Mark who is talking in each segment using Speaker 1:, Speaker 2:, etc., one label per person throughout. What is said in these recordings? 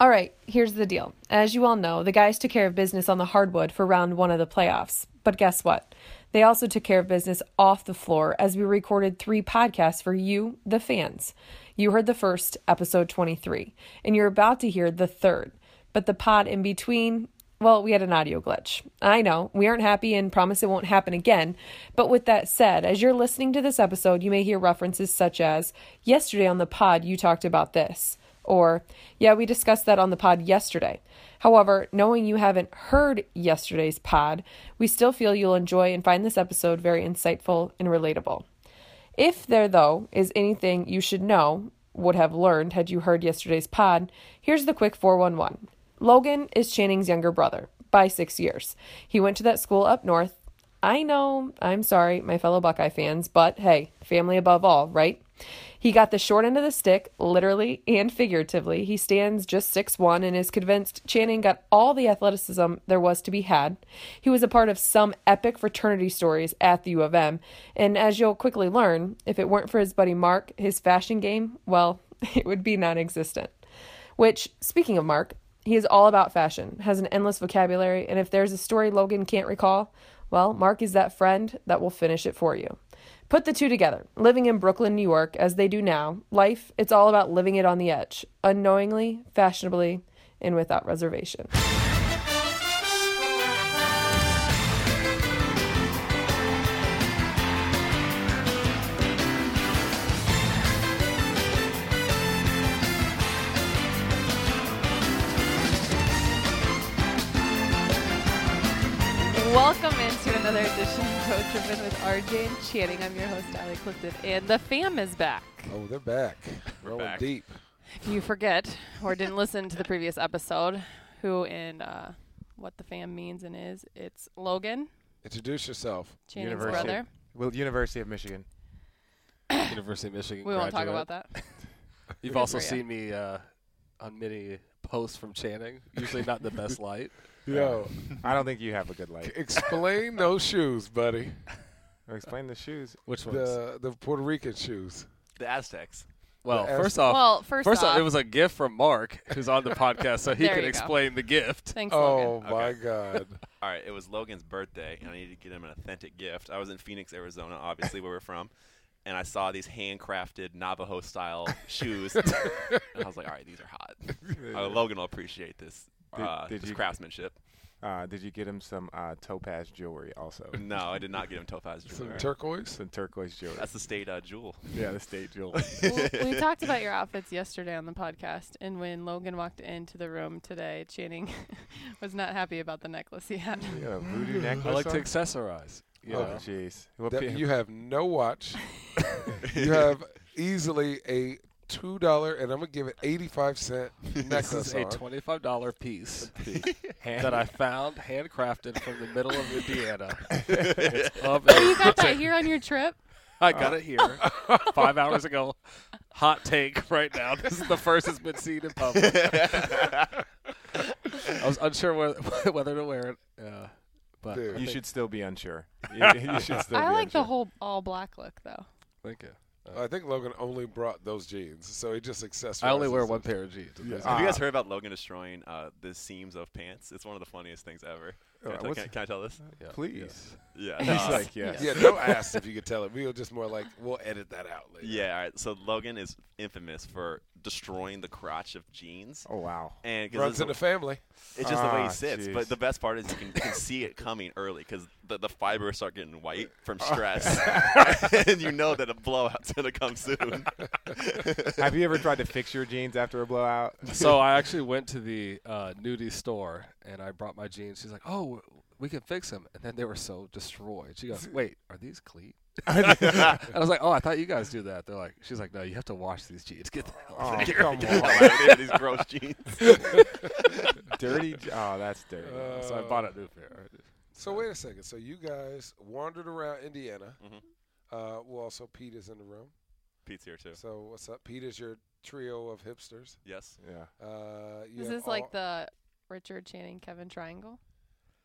Speaker 1: All right, here's the deal. As you all know, the guys took care of business on the hardwood for round one of the playoffs. But guess what? They also took care of business off the floor as we recorded three podcasts for you, the fans. You heard the first, episode 23, and you're about to hear the third. But the pod in between, well, we had an audio glitch. I know, we aren't happy and promise it won't happen again. But with that said, as you're listening to this episode, you may hear references such as, Yesterday on the pod, you talked about this. Or, yeah, we discussed that on the pod yesterday. However, knowing you haven't heard yesterday's pod, we still feel you'll enjoy and find this episode very insightful and relatable. If there, though, is anything you should know, would have learned had you heard yesterday's pod, here's the quick 411. Logan is Channing's younger brother by six years. He went to that school up north. I know, I'm sorry, my fellow Buckeye fans, but hey, family above all, right? He got the short end of the stick, literally and figuratively. He stands just 6'1 and is convinced Channing got all the athleticism there was to be had. He was a part of some epic fraternity stories at the U of M, and as you'll quickly learn, if it weren't for his buddy Mark, his fashion game, well, it would be non existent. Which, speaking of Mark, he is all about fashion, has an endless vocabulary, and if there's a story Logan can't recall, well, Mark is that friend that will finish it for you. Put the two together, living in Brooklyn, New York, as they do now, life, it's all about living it on the edge, unknowingly, fashionably, and without reservation.
Speaker 2: Welcome into another edition of Road Trippin' with RJ and Channing. I'm your host, Allie Clifton, and the fam is back.
Speaker 3: Oh, they're back. Rolling
Speaker 4: back.
Speaker 3: deep.
Speaker 2: If you forget or didn't listen to the previous episode, who and uh, what the fam means and is, it's Logan,
Speaker 3: Introduce yourself.
Speaker 2: Channing's
Speaker 4: University.
Speaker 2: brother.
Speaker 4: Well, University of Michigan.
Speaker 5: University of Michigan.
Speaker 2: We won't talk
Speaker 5: graduate.
Speaker 2: about that.
Speaker 5: You've
Speaker 2: Good
Speaker 5: also
Speaker 2: for ya.
Speaker 5: seen me uh, on many posts from Channing. Usually not the best light.
Speaker 3: Yo,
Speaker 4: I don't think you have a good
Speaker 3: Uh, c-
Speaker 4: light.
Speaker 3: explain those shoes, buddy.
Speaker 4: Explain the shoes.
Speaker 5: Which ones? The,
Speaker 3: The the Puerto Rican shoes.
Speaker 5: Aztecs. Well,
Speaker 3: The Az-
Speaker 5: first off,
Speaker 2: well, first,
Speaker 5: Oh, first
Speaker 2: off,
Speaker 5: off, it was a gift from Mark, who's on the podcast, so he
Speaker 2: There
Speaker 5: can
Speaker 2: you go.
Speaker 5: explain the gift.
Speaker 2: thanks, Logan.
Speaker 3: Oh
Speaker 6: Okay.
Speaker 3: my God.
Speaker 6: All right, it was Logan's birthday, and I needed to get him an authentic gift. I was in Phoenix, Arizona, obviously where we're from, and I saw these handcrafted Navajo style shoes, and I was like, "All right, these are hot. Uh, Logan will appreciate this,
Speaker 4: Did-
Speaker 6: uh,
Speaker 4: did
Speaker 6: this
Speaker 4: you-
Speaker 6: craftsmanship."
Speaker 4: Uh, did you get him some uh, topaz jewelry also?
Speaker 6: No, I did not get him topaz
Speaker 3: Some
Speaker 6: jewelry.
Speaker 3: turquoise.
Speaker 4: Some turquoise jewelry.
Speaker 6: That's the state uh, jewel.
Speaker 4: yeah, the state jewelry.
Speaker 2: we, we talked about your outfits yesterday on the podcast, and when Logan walked into the room today, Channing was not happy about the necklace he had.
Speaker 4: you got a voodoo necklace.
Speaker 5: I like
Speaker 4: on?
Speaker 5: to accessorize. You
Speaker 4: Oh,
Speaker 5: know.
Speaker 4: jeez. What
Speaker 3: That-
Speaker 4: pi-
Speaker 3: you have no watch. you have easily a two dollar, and I'm gonna give it eighty five cent
Speaker 5: This is
Speaker 3: necklace.
Speaker 5: a
Speaker 3: on.
Speaker 5: twenty-five dollar piece
Speaker 4: hand-
Speaker 5: that I found handcrafted from the middle of Indiana. It's of
Speaker 2: Oh, you
Speaker 5: a-
Speaker 2: got that here on your trip?
Speaker 5: I got it here five hours ago. Hot take right now. This is the first it's been seen in public. I was unsure whether, whether to wear it, uh, but
Speaker 3: Dude.
Speaker 5: I
Speaker 4: you
Speaker 5: think-
Speaker 4: should still be unsure. You, you should still
Speaker 2: I
Speaker 4: be
Speaker 2: like the
Speaker 4: unsure.
Speaker 2: whole all black look though.
Speaker 5: Thank you.
Speaker 3: I think Logan only brought those jeans, so he just accessorized.
Speaker 5: uh, I only wear
Speaker 3: his-
Speaker 5: one pair of jeans.
Speaker 3: Yeah.
Speaker 6: Have you guys
Speaker 4: Ah.
Speaker 6: heard about Logan destroying uh, the seams of pants? It's one of the funniest things ever. Can,
Speaker 4: Uh,
Speaker 6: I, tell,
Speaker 4: what's-
Speaker 6: can, I- can I tell this?
Speaker 5: Yeah.
Speaker 4: Please.
Speaker 6: Yeah.
Speaker 4: He's
Speaker 6: uh,
Speaker 4: like, yeah.
Speaker 3: Yeah, no ass if you could tell it. We were just more like, we'll edit that out later.
Speaker 6: yeah. All right. So Logan is infamous for destroying the crotch of jeans.
Speaker 4: Oh, wow.
Speaker 6: And 'cause
Speaker 3: Runs
Speaker 6: it's a-
Speaker 3: in the family.
Speaker 6: It's just the way
Speaker 4: Ah,
Speaker 6: he sits.
Speaker 4: jeez.
Speaker 6: But the best part is you can, you can see it coming early because the, the fibers start getting white from stress. and you know that a blowout's going to come soon.
Speaker 4: Have you ever tried to fix your jeans after a blowout?
Speaker 5: so I actually went to the uh, nudie store and I brought my jeans. She's like, "Oh, w- we can fix them," and then they were so destroyed. She goes, "Wait, are these clean?" and I was like, "Oh, I thought you guys do that." They're like, "She's like, no, you have to wash these jeans. Get the hell out
Speaker 4: Oh,
Speaker 5: of here."
Speaker 4: come
Speaker 6: Get
Speaker 4: on.
Speaker 6: out of these gross jeans.
Speaker 4: dirty. je- Oh, that's dirty.
Speaker 5: so I bought a new pair.
Speaker 3: So wait a second. So you guys wandered around Indiana.
Speaker 6: Mhm.
Speaker 3: Uh, well, also Pete is in the room.
Speaker 6: Pete's here too.
Speaker 3: So what's up? Pete is your trio of hipsters.
Speaker 6: Yes.
Speaker 4: yeah.
Speaker 3: Uh, you
Speaker 2: This
Speaker 3: have
Speaker 2: is like
Speaker 3: all-
Speaker 2: the Richard Channing Kevin triangle.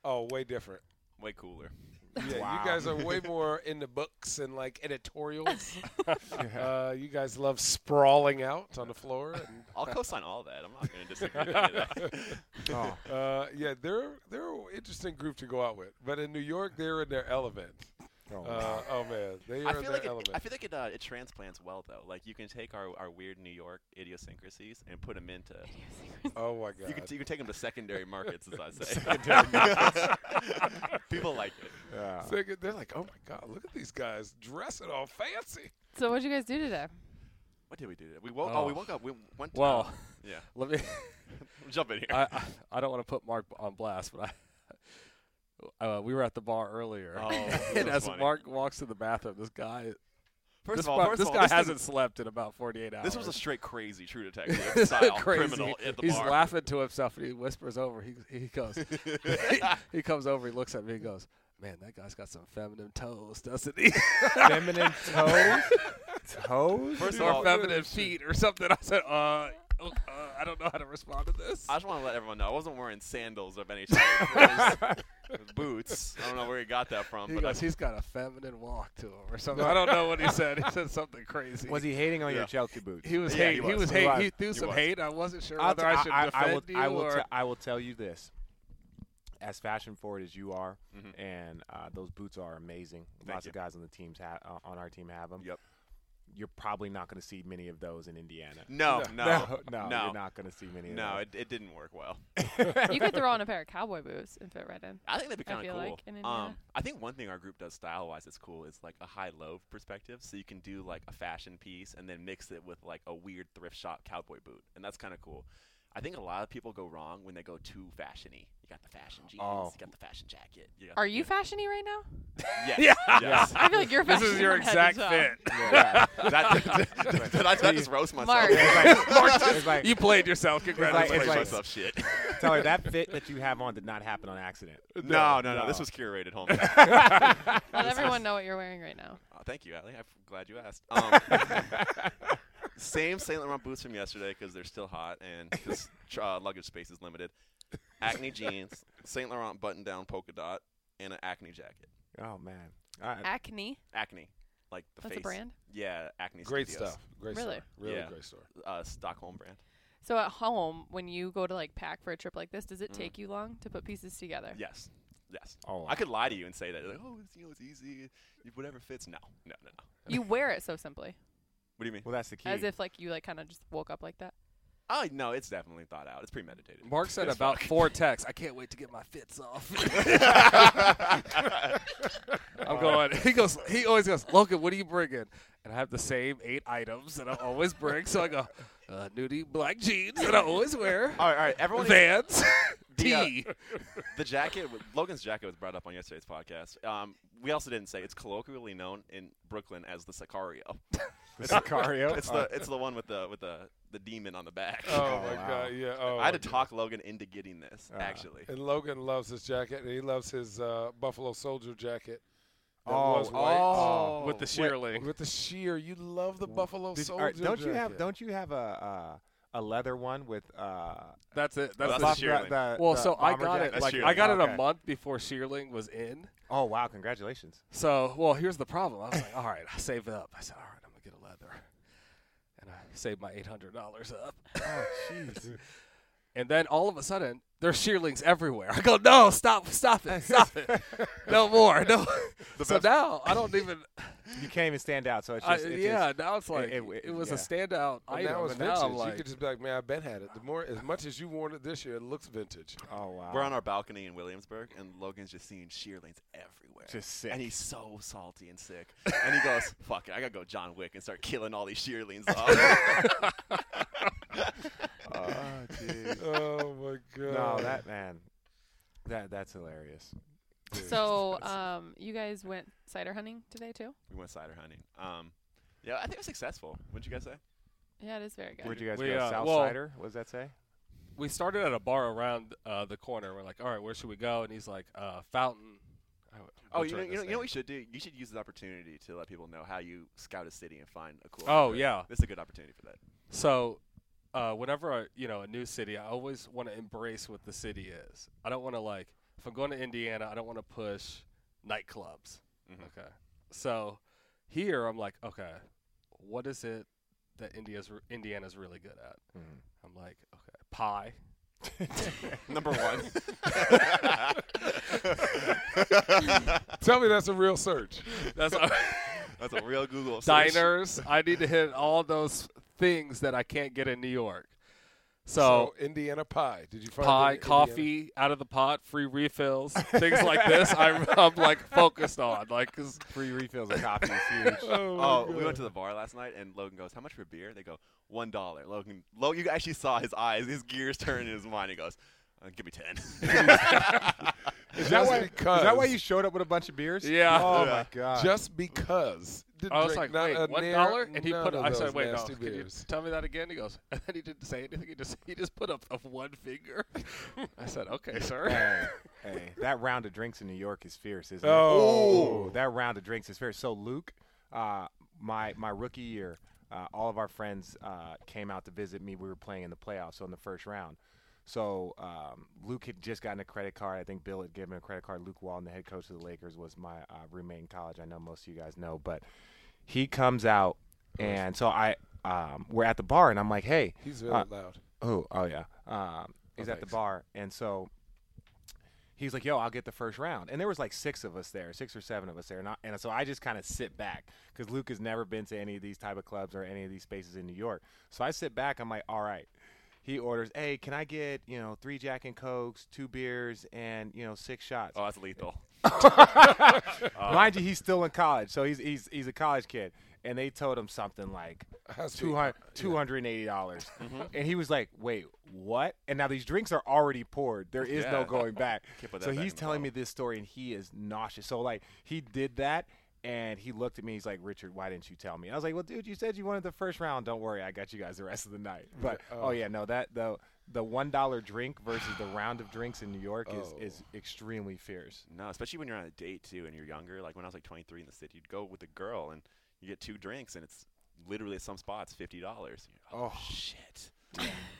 Speaker 3: oh way different.
Speaker 6: Way cooler.
Speaker 3: Yeah,
Speaker 4: Wow.
Speaker 3: you guys are way more in the books and like editorials.
Speaker 4: Yeah.
Speaker 3: uh, you guys love sprawling out on the floor. And,
Speaker 6: I'll co-sign all that. I'm not going to disagree with any of that.
Speaker 4: Oh.
Speaker 3: uh, yeah, they're they're an interesting group to go out with. But in New York, they're in their element.
Speaker 4: Oh.
Speaker 3: Uh, oh man, they are
Speaker 6: I
Speaker 3: in
Speaker 6: feel
Speaker 3: their
Speaker 6: like it,
Speaker 3: element.
Speaker 6: I feel like it uh, it transplants well though. Like you can take our, our weird New York idiosyncrasies and put them into
Speaker 3: oh my
Speaker 6: you can
Speaker 3: god.
Speaker 6: you can take them to secondary markets as I say. People like it.
Speaker 4: yeah.
Speaker 3: Second, they're like, oh my god, look at these guys dressing all fancy.
Speaker 2: So what'd you guys do today?
Speaker 6: What did we do? today? We woke. Oh, we
Speaker 5: Oh.
Speaker 6: woke up. We went. To,
Speaker 5: Well,
Speaker 6: yeah.
Speaker 5: let me.
Speaker 6: Jump in here.
Speaker 5: I, I I don't want to put Mark on blast, but I. Uh, we were at the bar earlier,
Speaker 6: Oh, this
Speaker 5: and
Speaker 6: was
Speaker 5: as
Speaker 6: funny.
Speaker 5: Mark walks to the bathroom, this guy,
Speaker 6: first
Speaker 5: this,
Speaker 6: of all,
Speaker 5: bar-
Speaker 6: first
Speaker 5: this
Speaker 6: of all,
Speaker 5: guy
Speaker 6: this thing-
Speaker 5: hasn't slept in about 48 hours.
Speaker 6: This was a straight crazy true detective style
Speaker 5: Crazy.
Speaker 6: criminal at the
Speaker 5: He's
Speaker 6: bar.
Speaker 5: laughing to himself, and he whispers over. He he goes, he, he comes over, he looks at me, he goes, "Man, that guy's got some feminine toes, doesn't he?
Speaker 4: Feminine toes? toes?
Speaker 6: First of
Speaker 5: or
Speaker 6: all, I
Speaker 5: feminine feet, or something." I said, "Uh." oh, Uh, I don't know how to respond to this.
Speaker 6: just want to let everyone know I wasn't wearing sandals of any type. It was boots. I don't know where he got that from,
Speaker 5: He
Speaker 6: but I-
Speaker 5: goes, he's got a feminine walk to him or something. I don't know what he said. He said something crazy.
Speaker 4: Was he hating on
Speaker 6: Yeah.
Speaker 4: your Chelsea boots?
Speaker 5: He was
Speaker 6: Yeah,
Speaker 5: hate.
Speaker 6: he
Speaker 5: He
Speaker 6: was.
Speaker 5: was,
Speaker 4: He
Speaker 5: hate.
Speaker 4: was.
Speaker 5: He threw some
Speaker 6: was.
Speaker 5: hate. I wasn't sure
Speaker 4: I'll
Speaker 5: whether I,
Speaker 4: t-
Speaker 5: should
Speaker 4: I- I- I
Speaker 5: defend
Speaker 4: will,
Speaker 5: you
Speaker 4: I will,
Speaker 5: or
Speaker 4: te- I will tell you this. As fashion forward as you are, and uh, those boots are amazing.
Speaker 6: Thank
Speaker 4: Lots
Speaker 6: you.
Speaker 4: of guys on the teams ha- uh, on our team have them.
Speaker 6: Yep.
Speaker 4: You're probably not going to see many of those in Indiana.
Speaker 6: no, no,
Speaker 4: no,
Speaker 6: no.
Speaker 4: you're not going to see many.
Speaker 6: No,
Speaker 4: of
Speaker 6: it, it didn't work well.
Speaker 2: You could throw on a pair of cowboy boots and fit right in.
Speaker 6: I think that'd be
Speaker 2: I
Speaker 6: kind of
Speaker 2: feel
Speaker 6: cool.
Speaker 2: like in
Speaker 6: um,
Speaker 2: Indiana.
Speaker 6: I think one thing our group does style wise that's cool is like a high low perspective. So you can do like a fashion piece and then mix it with like a weird thrift shop cowboy boot, and that's kind of cool. I think a lot of people go wrong when they go too fashiony. You got the fashion jeans,
Speaker 4: Oh.
Speaker 6: you got the fashion jacket. You got
Speaker 2: Are you fashiony right now?
Speaker 6: Yes. yeah. yes.
Speaker 2: I feel like you're
Speaker 5: this
Speaker 2: fashiony.
Speaker 5: is your
Speaker 2: right now
Speaker 5: exact
Speaker 2: as well.
Speaker 5: fit.
Speaker 4: it.
Speaker 6: That- did, I, did I just roast myself?
Speaker 2: Mark.
Speaker 4: it's like, it's like,
Speaker 5: You played yourself.
Speaker 6: I
Speaker 4: It's
Speaker 5: Congratulations.
Speaker 6: roast
Speaker 4: like-
Speaker 6: myself shit.
Speaker 4: tell her that fit that you have on did not happen on accident.
Speaker 6: No, no, no,
Speaker 4: no.
Speaker 6: This was curated, homie.
Speaker 2: Let everyone know what you're wearing right now.
Speaker 6: Oh, thank you, Allie. I'm glad you asked. Um, same Saint Laurent boots from yesterday because they're still hot and 'cause tr- uh, luggage space is limited. Acne jeans, Saint Laurent button-down polka dot, and an Acne jacket.
Speaker 4: Oh man, I,
Speaker 2: Acne.
Speaker 6: Acne, like the
Speaker 2: That's a
Speaker 6: face.
Speaker 2: brand.
Speaker 6: Yeah, Acne.
Speaker 3: Great
Speaker 6: Studios.
Speaker 3: stuff. Great
Speaker 2: Really?
Speaker 3: store. Really
Speaker 6: Yeah.
Speaker 3: great store.
Speaker 6: Uh, Stockholm brand.
Speaker 2: So at home, when you go to like pack for a trip like this, does it take you long to put pieces together?
Speaker 6: Yes, yes.
Speaker 4: Oh.
Speaker 6: I could lie to you and say that. Like, oh, it's, you know, it's easy. you- Whatever fits. No, no, no, no.
Speaker 2: You wear it so simply,
Speaker 6: What do you mean?
Speaker 4: well that's the key.
Speaker 2: as if like you like kind of just woke up like that.
Speaker 6: Oh no, it's definitely thought out. It's premeditated.
Speaker 5: Ah, Mark said about four texts. I can't wait to get my fits off. I'm going. He goes. He always goes. Logan, what are you bringing? And I have the same eight items that I always bring. So I go, uh, nudie black jeans that I always wear.
Speaker 6: All right, all right. Everyone, needs-
Speaker 5: Vans,
Speaker 6: The, uh,
Speaker 5: tee.
Speaker 6: the jacket, w- Logan's jacket was brought up on yesterday's podcast. Um, we also didn't say it's colloquially known in Brooklyn as the Sicario.
Speaker 4: the Sicario.
Speaker 6: It's the it's the one with the with the the demon on the back.
Speaker 3: Oh, my
Speaker 4: wow.
Speaker 3: god. Yeah. Oh,
Speaker 6: I had to
Speaker 3: my
Speaker 6: talk Logan into getting this actually.
Speaker 3: And Logan loves his jacket. And he loves his uh, Buffalo Soldier jacket. That
Speaker 4: Oh,
Speaker 3: was white.
Speaker 5: Oh, with the sheer link.
Speaker 3: With the sheer, you love the Buffalo
Speaker 4: Did- all
Speaker 3: Soldier.
Speaker 4: right, don't you have
Speaker 3: jacket.
Speaker 4: don't you have a uh, a leather one with uh
Speaker 5: That's it. That's
Speaker 6: Well,
Speaker 5: the
Speaker 6: Oh, that's
Speaker 4: buff-
Speaker 6: the Shearling.
Speaker 5: Well, so I
Speaker 4: bomber
Speaker 5: got
Speaker 4: jacket?
Speaker 5: it.
Speaker 6: That's
Speaker 5: Like
Speaker 6: true.
Speaker 5: I got it
Speaker 4: Okay.
Speaker 5: a month before Shearling was in.
Speaker 4: Oh wow, congratulations.
Speaker 5: So, well, here's the problem. I was like, all right, I saved up. I said, all right, I'm gonna get a leather, and I saved my eight hundred dollars up.
Speaker 4: Oh jeez.
Speaker 5: And then all of a sudden, there's shearlings everywhere. I go, no, stop, stop it, stop it, no more, no. So now I don't even.
Speaker 4: you can't even stand out, so it's
Speaker 5: I,
Speaker 4: just it's
Speaker 5: yeah,
Speaker 4: just-
Speaker 5: now it's like
Speaker 4: it-
Speaker 5: it,
Speaker 4: it-
Speaker 5: was
Speaker 4: yeah.
Speaker 5: a standout
Speaker 3: Well,
Speaker 5: item.
Speaker 3: now it's
Speaker 5: and now I'm
Speaker 3: vintage. you
Speaker 5: like,
Speaker 3: could just be like, man, I Ben had it. The more, as much as you worn it this year, it looks vintage.
Speaker 4: oh wow.
Speaker 6: We're on our balcony in Williamsburg, and Logan's just seeing shearlings everywhere.
Speaker 4: Just sick.
Speaker 6: And he's so salty and sick. and he goes, "Fuck it, I gotta go John Wick and start killing all these shearlings off."
Speaker 4: Oh jeez.
Speaker 3: oh my god.
Speaker 4: no, that man. That that's hilarious.
Speaker 2: So, um, you guys went cider hunting today too?
Speaker 6: we went cider hunting. Um, yeah, I think it was successful. Wouldn't you guys say?
Speaker 2: Yeah, it is very good.
Speaker 4: Where'd you guys
Speaker 5: We,
Speaker 4: go?
Speaker 5: uh,
Speaker 4: South
Speaker 5: well-
Speaker 4: Sider? What does that say?
Speaker 5: we started at a bar around uh, the corner. We're like, all right, where should we go? And he's like, uh, Fountain. I-
Speaker 6: Oh,
Speaker 5: what's
Speaker 6: you know,
Speaker 5: right
Speaker 6: you know,
Speaker 5: this
Speaker 6: you know what
Speaker 5: name?
Speaker 6: you should do? You should use this opportunity to let people know how you scout a city and find a cool.
Speaker 5: Oh,
Speaker 6: neighborhood.
Speaker 5: yeah.
Speaker 6: this is a good opportunity for that.
Speaker 5: So, uh, whenever I, you know a new city, I always want to embrace what the city is. I don't want to like if I'm going to Indiana, I don't want to push nightclubs.
Speaker 6: Mhm.
Speaker 5: Okay. So here I'm like, okay, what is it that India's re- Indiana's really good at?
Speaker 6: Mm-hmm.
Speaker 7: Mhm.
Speaker 5: I'm like, okay, pie.
Speaker 6: Number one.
Speaker 3: Tell me that's a real search.
Speaker 5: That's all.
Speaker 6: That's a real Google search.
Speaker 5: diners. I need to hit all those things that I can't get in New York. So,
Speaker 3: So Indiana pie. Did you find
Speaker 5: pie,
Speaker 3: it in Indiana?
Speaker 5: coffee, out of the pot, free refills, things like this. I'm, I'm like focused on like 'cause
Speaker 4: Free refills of coffee is huge.
Speaker 6: Oh, we went to the bar last night, and Logan goes, "How much for beer?" They go, one dollar." Logan, Logan, you actually saw his eyes, his gears turn in his mind. He goes, uh, "Give me ten.
Speaker 3: Just
Speaker 4: Is that, why,
Speaker 3: because.
Speaker 4: is that why you showed up with a bunch of beers?
Speaker 5: Yeah.
Speaker 4: Oh
Speaker 6: Yeah.
Speaker 4: my god.
Speaker 3: Just because. Didn't
Speaker 5: I was
Speaker 3: drink
Speaker 5: like,
Speaker 3: not a
Speaker 5: wait, one
Speaker 3: near-
Speaker 5: dollar? And he
Speaker 3: none
Speaker 5: put.
Speaker 3: of
Speaker 5: I said,
Speaker 3: those
Speaker 5: wait, no.
Speaker 3: nasty
Speaker 5: Can you
Speaker 3: beers.
Speaker 5: tell me that again? He goes, and then he didn't say anything. He just he just put up of one finger. I said, okay, sir.
Speaker 4: hey, hey, that round of drinks in New York is fierce, isn't
Speaker 3: Oh.
Speaker 4: it? Ooh, that round of drinks is fierce. So Luke, uh, my my rookie year, uh, all of our friends uh, came out to visit me. We were playing in the playoffs, so in the first round. So um, Luke had just gotten a credit card. I think Bill had given him a credit card. Luke Walton, the head coach of the Lakers, was my uh, roommate in college. I know most of you guys know, but he comes out, and so I um, we're at the bar, and I'm like, hey.
Speaker 3: He's really
Speaker 4: Uh,
Speaker 3: loud.
Speaker 4: Oh, oh yeah. Um, he's at the
Speaker 3: thanks.
Speaker 4: bar, and so he's like, "Yo, I'll get the first round." And there was like six of us there, six or seven of us there, and, I, and so I just kind of sit back because Luke has never been to any of these type of clubs or any of these spaces in New York. So I sit back. I'm like, "All right." He orders, "Hey, can I get you know three Jack and Cokes, two beers, and you know six shots?"
Speaker 6: oh, that's lethal.
Speaker 4: Mind you, he's still in college, so he's he's he's a college kid, and they told him something like
Speaker 3: Has to be-
Speaker 4: 200 $280.
Speaker 6: Mm-hmm.
Speaker 4: And he was like, wait, what? And now these drinks are already poured. There is no
Speaker 6: Yeah.
Speaker 4: going back.
Speaker 6: Can't put
Speaker 4: so
Speaker 6: that back
Speaker 4: he's
Speaker 6: in the
Speaker 4: telling
Speaker 6: bottle.
Speaker 4: me this story and he is nauseous. So, like, he did that and he looked at me. He's like, Richard, why didn't you tell me? I was like, well, dude, you said you wanted the first round. Don't worry. I got you guys the rest of the night. But, oh, yeah, no, that, though. The one dollar drink versus the round of drinks in New York is,
Speaker 6: Oh.
Speaker 4: is extremely fierce.
Speaker 6: No, especially when you're on a date too, and you're younger. Like when I was like 23 in the city, you'd go with a girl, and you get two drinks, and it's literally at some spots fifty dollars. Oh, shit.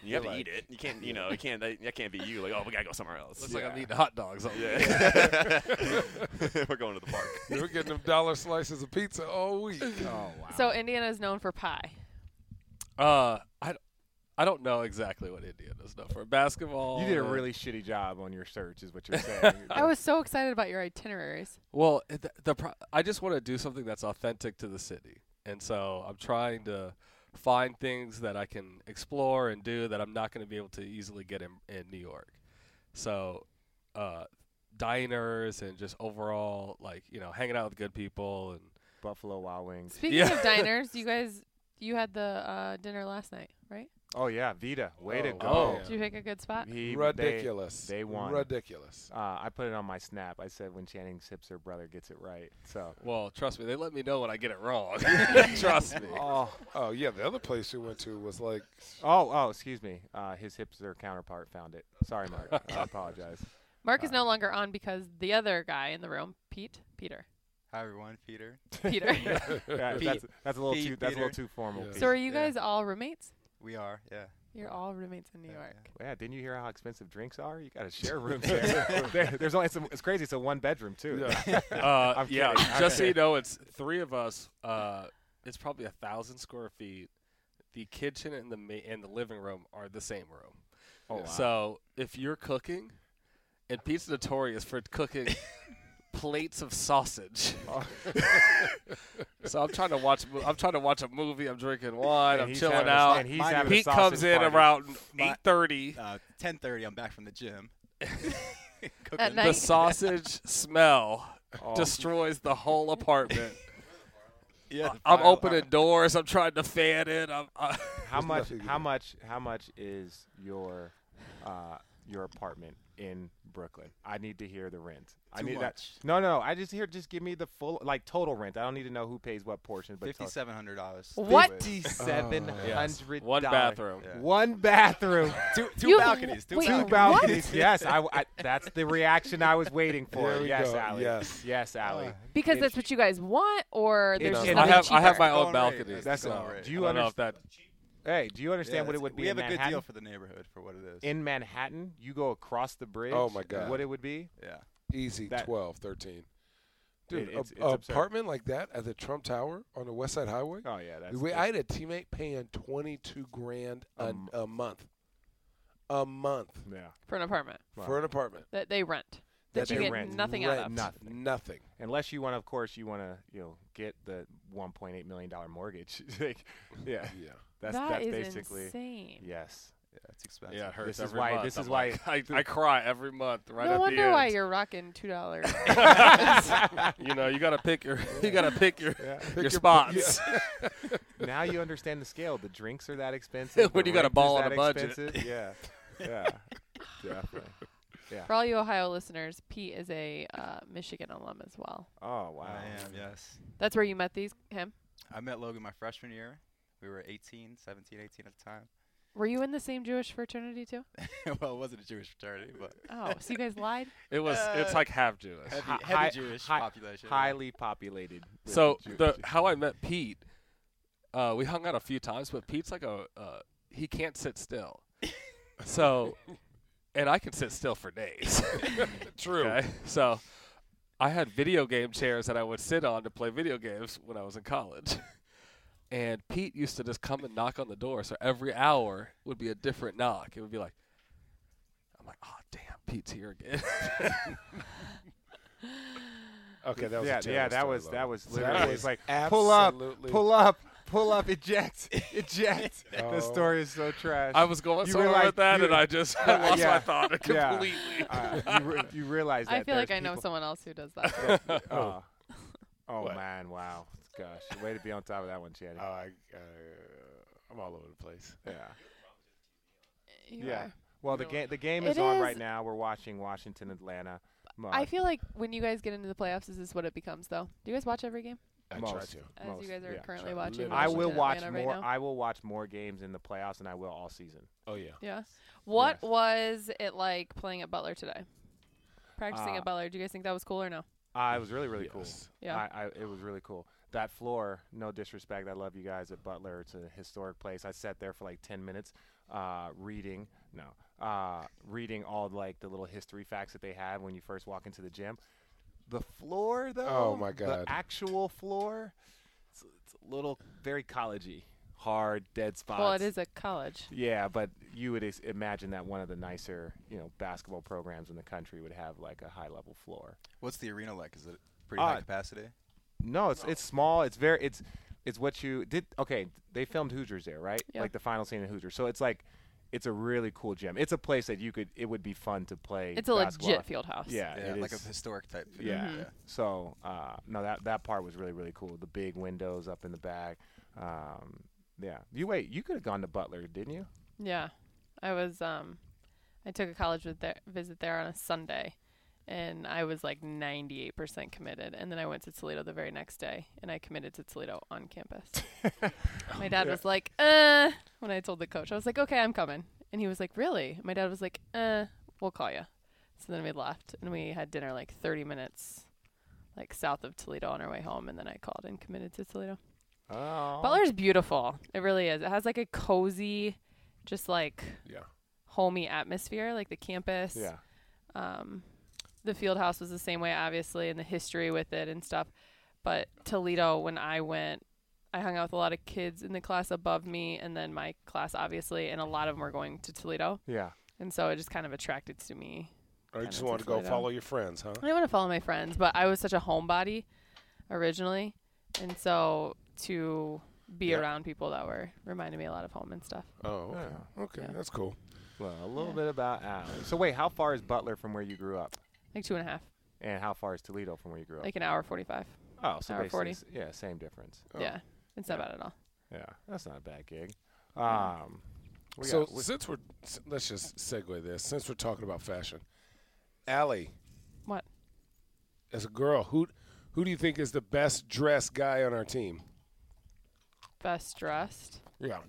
Speaker 6: You have to eat it. You can't, you know, you can't. That, that can't be you. Like, oh, we gotta go somewhere else.
Speaker 5: Looks like I'm eating hot dogs. I'm-
Speaker 6: yeah. We're going to the park.
Speaker 3: You were getting them dollar slices of pizza all week.
Speaker 4: Oh wow!
Speaker 2: So Indiana is known for pie.
Speaker 5: Uh, I, I don't know exactly what Indiana's known for. Basketball.
Speaker 4: you did a
Speaker 6: Oh.
Speaker 5: and-
Speaker 4: really shitty job on your search, is what you're saying.
Speaker 2: I was so excited about your itineraries.
Speaker 5: Well, it- the, the pro- I just want to do something that's authentic to the city, and so I'm trying to find things that I can explore and do that I'm not going to be able to easily get in, in New York. So, uh, diners and just overall, like you know, hanging out with good people and
Speaker 4: Buffalo Wild Wings.
Speaker 2: Speaking
Speaker 5: Yeah.
Speaker 2: of diners, you guys, you had the uh, dinner last night, right?
Speaker 4: Oh yeah, Vita, way to
Speaker 3: Oh,
Speaker 4: go!
Speaker 2: Did you pick a good spot?
Speaker 4: He-
Speaker 3: Ridiculous.
Speaker 4: They, they won.
Speaker 3: Ridiculous.
Speaker 4: uh, I put it on my snap. I said when Channing sips her brother gets it right. So.
Speaker 5: well, trust me, they let me know when I get it wrong. trust me.
Speaker 4: Oh,
Speaker 3: Oh yeah, the other place you went to was like
Speaker 4: oh, oh! Excuse me. Uh, his hipster counterpart found it. Sorry, Mark. I apologize.
Speaker 2: Mark is no longer on because the other guy in the room, Pete, Peter,
Speaker 8: Hi everyone, Peter.
Speaker 2: Peter.
Speaker 4: That- that's, that's a little
Speaker 8: Pete
Speaker 4: too. That's a little
Speaker 8: Peter.
Speaker 4: too formal.
Speaker 3: Yeah.
Speaker 4: Pete.
Speaker 2: so are you
Speaker 8: Yeah.
Speaker 2: guys all roommates?
Speaker 8: We are, yeah.
Speaker 2: You're all roommates in New
Speaker 8: Yeah,
Speaker 2: York.
Speaker 4: yeah, didn't you hear how expensive drinks are? You got to share rooms. there. There- there's only some, it's crazy. It's a one bedroom too.
Speaker 5: Uh,
Speaker 4: I'm
Speaker 5: yeah,
Speaker 4: kidding. I'm
Speaker 5: just so you
Speaker 4: kidding.
Speaker 5: know, it's three of us. Uh, it's probably a thousand square feet. The kitchen and the ma- and the living room are the same room.
Speaker 4: Oh, wow.
Speaker 5: So if you're cooking, and Pete's notorious for cooking plates of sausage.
Speaker 4: Oh.
Speaker 5: so I'm trying to watch. mo- I'm trying to watch a movie. I'm drinking wine.
Speaker 4: And
Speaker 5: I'm
Speaker 4: he's
Speaker 5: chilling
Speaker 4: having a-
Speaker 5: out.
Speaker 4: and he's
Speaker 8: Mine
Speaker 4: having a
Speaker 5: Pete
Speaker 4: sausage
Speaker 5: comes in
Speaker 4: party.
Speaker 5: around
Speaker 8: My-
Speaker 5: eight thirty.
Speaker 8: Uh, 10:30. I'm back from the gym. Cooking.
Speaker 2: At
Speaker 5: The
Speaker 2: night?
Speaker 5: sausage smell
Speaker 4: Oh.
Speaker 5: destroys the whole apartment.
Speaker 8: Yeah. the
Speaker 5: I'm
Speaker 8: fire
Speaker 5: opening
Speaker 8: alarm.
Speaker 5: doors. I'm trying to fan it. I'm, uh, I,
Speaker 4: How
Speaker 3: There's
Speaker 4: much?
Speaker 3: nothing
Speaker 4: How
Speaker 3: there.
Speaker 4: much? How much is your uh, your apartment in Brooklyn? I need to hear the rent. I
Speaker 8: Too
Speaker 4: need
Speaker 8: much.
Speaker 4: that. No, no. I just hear. Just give me the full, like total rent. I don't need to know who pays what portion. But total.
Speaker 8: Fifty-seven hundred dollars.
Speaker 2: What?
Speaker 4: Fifty-seven hundred.
Speaker 5: Oh, one bathroom.
Speaker 8: Yeah.
Speaker 4: One bathroom.
Speaker 8: Two, two
Speaker 2: You-
Speaker 8: balconies. Two
Speaker 2: wait,
Speaker 4: Two
Speaker 8: balconies.
Speaker 4: balconies. Yes, I, I- That's the reaction I was waiting for.
Speaker 3: There we
Speaker 4: yes,
Speaker 3: go.
Speaker 4: Allie.
Speaker 3: Yes.
Speaker 4: yes, Allie.
Speaker 2: Because
Speaker 4: It-
Speaker 2: that's what you guys want, or there's
Speaker 4: It's-
Speaker 2: just
Speaker 4: it's-
Speaker 5: I
Speaker 2: nothing
Speaker 5: have I have
Speaker 2: cheaper?
Speaker 5: my own
Speaker 8: Going rate.
Speaker 5: balcony.
Speaker 8: That's
Speaker 5: so
Speaker 8: going rate.
Speaker 4: Do
Speaker 5: I
Speaker 4: you
Speaker 5: don't know if
Speaker 4: understand?
Speaker 5: that
Speaker 4: Hey, do you understand what it
Speaker 8: that's-
Speaker 4: would be?
Speaker 8: We
Speaker 4: in
Speaker 8: have a good
Speaker 4: Manhattan?
Speaker 8: deal for the neighborhood for what it is.
Speaker 4: in Manhattan. You go across the bridge.
Speaker 3: Oh, my God.
Speaker 4: What it would be?
Speaker 8: yeah.
Speaker 3: easy
Speaker 4: That-
Speaker 3: twelve, thirteen. 12, 13. Dude,
Speaker 4: It-
Speaker 3: a-
Speaker 4: it's- it's
Speaker 3: a
Speaker 4: absurd.
Speaker 3: apartment like that at the Trump Tower on the West Side Highway.
Speaker 4: Oh yeah, that's.
Speaker 3: we,
Speaker 4: that's-
Speaker 3: I had a teammate paying twenty two grand a,
Speaker 4: Um,
Speaker 3: a month, a month
Speaker 4: yeah,
Speaker 2: for an apartment
Speaker 4: Wow.
Speaker 3: for an apartment.
Speaker 2: that they rent.
Speaker 3: That
Speaker 2: That, you
Speaker 3: they
Speaker 2: get
Speaker 4: rent.
Speaker 2: nothing out
Speaker 3: Rent.
Speaker 2: of.
Speaker 4: Nothing.
Speaker 3: Nothing.
Speaker 4: unless you want, of course, you want to, you know, get the 1.8 million dollar mortgage. like, yeah,
Speaker 3: Yeah.
Speaker 4: that's
Speaker 2: That
Speaker 4: that's
Speaker 2: is
Speaker 4: basically.
Speaker 2: insane.
Speaker 4: Yes.
Speaker 8: That's expensive.
Speaker 5: Yeah, it
Speaker 4: is
Speaker 5: hurts every
Speaker 4: why-
Speaker 5: month.
Speaker 4: this
Speaker 5: I'm
Speaker 4: is why-
Speaker 5: like, I, I cry every month. Right
Speaker 2: no
Speaker 5: at the
Speaker 2: wonder
Speaker 5: end.
Speaker 2: why you're rocking two dollars.
Speaker 5: you know, you gotta pick your, you gotta pick your,
Speaker 4: Yeah.
Speaker 5: your,
Speaker 3: your-
Speaker 5: spots.
Speaker 4: now you understand the scale. The drinks are that expensive.
Speaker 5: When
Speaker 4: the
Speaker 5: you got a
Speaker 4: rent is
Speaker 5: ball on
Speaker 4: that
Speaker 5: a budget.
Speaker 4: expensive. Yeah. Yeah. Definitely.
Speaker 2: for all you Ohio listeners, Pete is a uh, Michigan alum as well.
Speaker 4: Oh wow.
Speaker 8: I am, yes.
Speaker 2: That's where you met these him.
Speaker 8: I met Logan my freshman year. We were 18, 17, 18 at the time.
Speaker 2: Were you in the same Jewish fraternity too?
Speaker 8: well, it wasn't a Jewish fraternity, but
Speaker 2: Oh, so you guys lied.
Speaker 5: It was, it's
Speaker 8: Uh,
Speaker 5: like half Jewish.
Speaker 8: heavy,
Speaker 4: hi-
Speaker 8: heavy
Speaker 4: hi-
Speaker 8: Jewish
Speaker 4: hi-
Speaker 8: population.
Speaker 4: Highly populated. with
Speaker 5: So
Speaker 4: Jew-
Speaker 5: the how I met Pete, uh, we hung out a few times, but Pete's like a uh, he can't sit still. so, and I can sit still for days. True. So, I had video game chairs that I would sit on to play video games when I was in college. And Pete used to just come and knock on the door. So every hour would be a different knock. It would be like, I'm like, oh damn, Pete's here again.
Speaker 3: Okay, that was
Speaker 4: yeah,
Speaker 3: a
Speaker 4: yeah,
Speaker 3: terrible
Speaker 4: that
Speaker 3: story,
Speaker 4: was
Speaker 3: Logan.
Speaker 4: that was
Speaker 3: So
Speaker 4: literally
Speaker 3: that
Speaker 4: it's
Speaker 3: was
Speaker 4: like pull up,
Speaker 3: absolutely-
Speaker 4: pull up, pull up, eject, eject.
Speaker 3: Oh.
Speaker 4: The story is so trash.
Speaker 5: I was going
Speaker 4: You
Speaker 5: somewhere
Speaker 4: were like-
Speaker 5: with that,
Speaker 4: you-
Speaker 5: and I just I
Speaker 4: Yeah,
Speaker 5: lost
Speaker 4: yeah.
Speaker 5: my thought
Speaker 4: Yeah.
Speaker 5: completely.
Speaker 4: Uh, you, re- you realize that
Speaker 2: I feel like
Speaker 4: there's
Speaker 2: I know
Speaker 4: people-
Speaker 2: someone else who does that.
Speaker 4: Oh, oh
Speaker 3: What?
Speaker 4: man, wow, gosh, way to be on top of that one, Chad.
Speaker 3: Oh, I, uh, I'm all over the place.
Speaker 4: yeah,
Speaker 2: You
Speaker 4: yeah.
Speaker 2: are.
Speaker 4: Well, the
Speaker 2: No.
Speaker 4: game the game
Speaker 2: It
Speaker 4: is on
Speaker 2: is-
Speaker 4: right now. We're watching Washington, Atlanta. Mo-
Speaker 2: I feel like when you guys get into the playoffs, is this what it becomes though? Do you guys watch every game
Speaker 3: I
Speaker 4: Most.
Speaker 3: tried to.
Speaker 2: as
Speaker 4: Most,
Speaker 2: you guys are
Speaker 4: yeah,
Speaker 2: currently
Speaker 3: sure.
Speaker 2: watching?
Speaker 3: Literally.
Speaker 4: I will
Speaker 2: Washington
Speaker 3: in
Speaker 4: watch
Speaker 2: Atlanta
Speaker 4: more.
Speaker 2: Right now?
Speaker 4: I will watch more games in the playoffs than I will all season.
Speaker 3: Oh yeah.
Speaker 2: yeah. What
Speaker 4: Yes.
Speaker 2: was it like playing at Butler today? Practicing
Speaker 4: Uh,
Speaker 2: at Butler. Do you guys think that was cool or no?
Speaker 4: Uh, it was really really cool.
Speaker 3: Yes.
Speaker 2: Yeah.
Speaker 4: I, I, it was really cool. That floor, no disrespect, I love you guys at Butler. It's a historic place. I sat there for like ten minutes, uh, reading. No, uh, reading all like the little history facts that they have when you first walk into the gym. The floor, though.
Speaker 3: Oh, my God.
Speaker 4: The actual floor. It's, it's a little very collegey, hard, dead spots.
Speaker 2: well, it is a college.
Speaker 4: Yeah, but you would is- imagine that one of the nicer, you know, basketball programs in the country would have like a high level floor.
Speaker 8: What's the arena like? Is it pretty high
Speaker 4: Uh,
Speaker 8: capacity?
Speaker 4: No, it's it's small. It's very it's it's what you did. Okay, they filmed Hoosiers there, right?
Speaker 2: Yeah.
Speaker 4: Like the final scene in Hoosiers. So it's like it's a really cool gym. It's a place that you could it would be fun to play.
Speaker 2: It's a
Speaker 4: basketball.
Speaker 2: legit Mm-hmm. field house.
Speaker 4: Yeah,
Speaker 8: Yeah,
Speaker 4: it
Speaker 8: like
Speaker 4: is.
Speaker 8: a historic type. field,
Speaker 4: yeah. So uh, no, that that part was really really cool. The big windows up in the back. Um, yeah. You wait. You could have gone to Butler, didn't you?
Speaker 2: Yeah. I was um I took a college with there, visit there on a Sunday and I was like 98% committed and then I went to Toledo the very next day and I committed to Toledo on campus. My dad was like, "Uh," when I told the coach. I was like, "Okay, I'm coming." And he was like, "Really?" My dad was like, "Uh, we'll call you." So then we left and we had dinner like 30 minutes like south of Toledo on our way home and then I called and committed to Toledo.
Speaker 4: Oh.
Speaker 2: Butler's beautiful. It really is. It has like a cozy, just like
Speaker 3: Yeah.
Speaker 2: homey atmosphere, like the campus.
Speaker 4: Yeah.
Speaker 2: Um, the field house was the same way, obviously, and the history with it and stuff. But Toledo, when I went, I hung out with a lot of kids in the class above me, and then my class, obviously, and a lot of them were going to Toledo,
Speaker 4: Yeah.
Speaker 2: and so it just kind of attracted to me.
Speaker 3: I
Speaker 2: Kinda
Speaker 3: just want to go
Speaker 2: took later.
Speaker 3: follow your friends, huh?
Speaker 2: I want to follow my friends, but I was such a homebody originally, and so to be
Speaker 3: Yeah.
Speaker 2: around people that were reminded me a lot of home and stuff.
Speaker 3: Oh, okay.
Speaker 4: Yeah.
Speaker 3: Okay,
Speaker 2: Yeah.
Speaker 3: that's cool.
Speaker 4: Well, a little
Speaker 2: Yeah.
Speaker 4: bit about Allen. So wait, how far is Butler from where you grew up,
Speaker 2: Like two and a half,
Speaker 4: and how far is Toledo from where you grew up?
Speaker 2: like an hour forty-five.
Speaker 4: Oh, so
Speaker 2: Hour
Speaker 4: basically,
Speaker 2: 40.
Speaker 4: s- yeah, same difference.
Speaker 3: Oh.
Speaker 2: Yeah, it's not bad at all.
Speaker 4: Yeah, that's not a bad gig. Um,
Speaker 3: Hmm.
Speaker 4: we
Speaker 3: so
Speaker 4: got- we-
Speaker 3: since we're s- let's just segue this. Since we're talking about fashion, Allie,
Speaker 2: What?
Speaker 3: as a girl, who who do you think is the best dressed guy on our team?
Speaker 2: Best dressed?
Speaker 3: Yeah.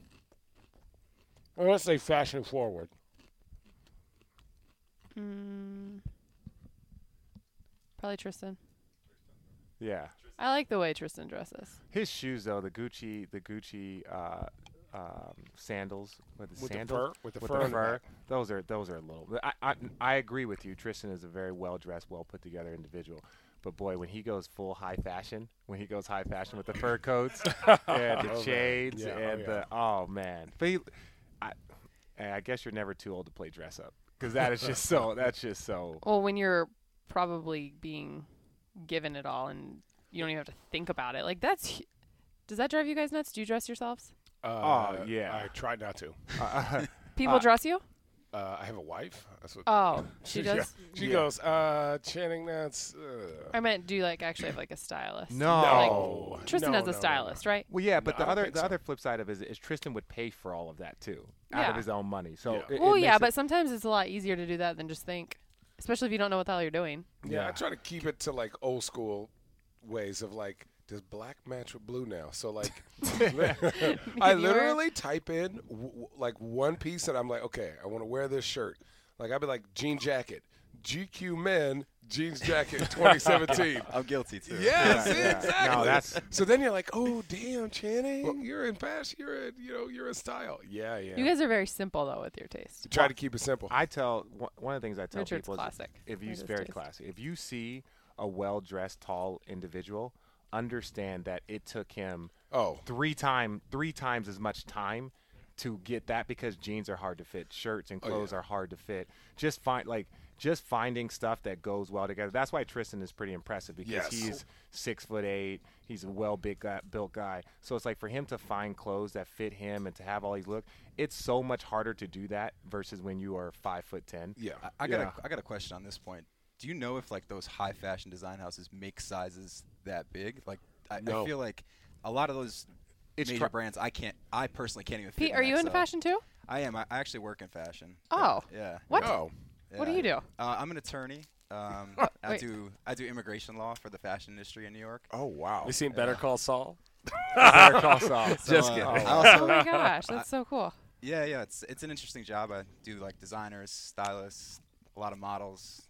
Speaker 3: I want to say fashion forward.
Speaker 2: Mm, probably Tristan.
Speaker 4: yeah,
Speaker 2: I like the way Tristan dresses.
Speaker 4: his shoes though, the Gucci, the Gucci uh, um, sandals with the
Speaker 3: With the
Speaker 4: sandals
Speaker 3: fur- with the fur on the
Speaker 4: Those are those are a little. I, I I agree with you. Tristan is a very well dressed, well put together individual, But boy, when he goes full high fashion, when he goes high fashion with the fur coats and the
Speaker 3: Oh, man.
Speaker 4: shades
Speaker 3: Yeah, oh,
Speaker 4: and
Speaker 3: yeah.
Speaker 4: the oh man, but he, I, and I guess you're never too old to play dress up because that is just so that's just so
Speaker 2: Well, when you're probably being given it all and you don't even have to think about it, like that's. hu- Does that drive you guys nuts? Do you dress yourselves?
Speaker 3: Uh,
Speaker 4: Oh, yeah.
Speaker 3: I tried not to.
Speaker 2: People
Speaker 4: Uh,
Speaker 2: dress you?
Speaker 3: Uh, I have a wife. That's what
Speaker 2: Oh, she
Speaker 3: Yeah.
Speaker 2: does.
Speaker 3: She
Speaker 4: Yeah.
Speaker 3: goes, uh, Channing, that's. Uh,
Speaker 2: I meant, do you like actually have like a stylist?
Speaker 4: no.
Speaker 2: Oh, Like, Tristan
Speaker 3: No,
Speaker 2: has
Speaker 3: no,
Speaker 2: a
Speaker 3: no.
Speaker 2: stylist, right?
Speaker 4: Well, yeah,
Speaker 3: No, I
Speaker 4: but the
Speaker 3: don't
Speaker 4: other
Speaker 3: think
Speaker 4: the
Speaker 3: so.
Speaker 4: other flip side of it is, is Tristan would pay for all of that too, out
Speaker 2: Yeah.
Speaker 4: of his own money. So
Speaker 3: Yeah.
Speaker 4: it- it
Speaker 2: well,
Speaker 4: makes
Speaker 2: yeah,
Speaker 4: it-
Speaker 2: but sometimes it's a lot easier to do that than just think, especially if you don't know what the hell you're doing.
Speaker 3: Yeah, I
Speaker 4: Yeah.
Speaker 3: try to keep it to like old school ways of like, does black match with blue now? So like, I
Speaker 2: were-
Speaker 3: literally type in w- w- like one piece that I'm like, okay, I want to wear this shirt. Like I'd be like jean jacket, GQ men jeans jacket 2017.
Speaker 8: I'm guilty too.
Speaker 3: Yes,
Speaker 4: Yeah, yeah. No,
Speaker 3: exactly.
Speaker 4: that's-
Speaker 3: So then you're like, oh damn, Channing, you're in fashion. You're in, you know, you're in style. Yeah, yeah.
Speaker 2: You guys are very simple though with your taste.
Speaker 3: try to keep it simple.
Speaker 4: I tell one- one of the things I tell
Speaker 2: Richard's
Speaker 4: people
Speaker 2: classic.
Speaker 4: is if you
Speaker 2: Richard's
Speaker 4: very
Speaker 2: taste.
Speaker 4: classic. If you see a well dressed, tall individual, understand that it took him
Speaker 3: Oh.
Speaker 4: three time three times as much time to get that because jeans are hard to fit, shirts
Speaker 3: Oh,
Speaker 4: and clothes are hard to fit. Just find like just finding stuff that goes well together. That's why Tristan is pretty impressive because
Speaker 3: Yes.
Speaker 4: he's six foot eight. He's a well big guy, built guy. So it's like for him to find clothes that fit him and to have all these look, it's so much harder to do that versus when you are five foot ten.
Speaker 3: Yeah.
Speaker 8: I, I got
Speaker 4: Yeah.
Speaker 8: a, I got a question on this point. Do you know if like those high fashion design houses make sizes that big? Like I,
Speaker 3: No.
Speaker 8: I feel like a lot of those
Speaker 4: It's
Speaker 8: major
Speaker 4: tr-
Speaker 8: brands I can't I personally can't even.
Speaker 2: Pete,
Speaker 8: fit
Speaker 2: are you into
Speaker 8: XL.
Speaker 2: fashion too?
Speaker 8: I am. I I actually work in fashion.
Speaker 2: Oh.
Speaker 8: Yeah.
Speaker 2: What?
Speaker 3: Oh.
Speaker 2: What do you do?
Speaker 8: Uh, I'm an attorney. Um, I
Speaker 2: Wait.
Speaker 8: do I do immigration law for the fashion industry in New York.
Speaker 3: Oh wow.
Speaker 5: You seen Better Call Saul?
Speaker 4: Better Call Saul.
Speaker 8: So,
Speaker 5: Just
Speaker 8: uh,
Speaker 5: kidding.
Speaker 8: I
Speaker 2: Oh
Speaker 8: also,
Speaker 2: my gosh, that's so cool.
Speaker 8: yeah, yeah. It's it's an interesting job. I do like designers, stylists, a lot of models.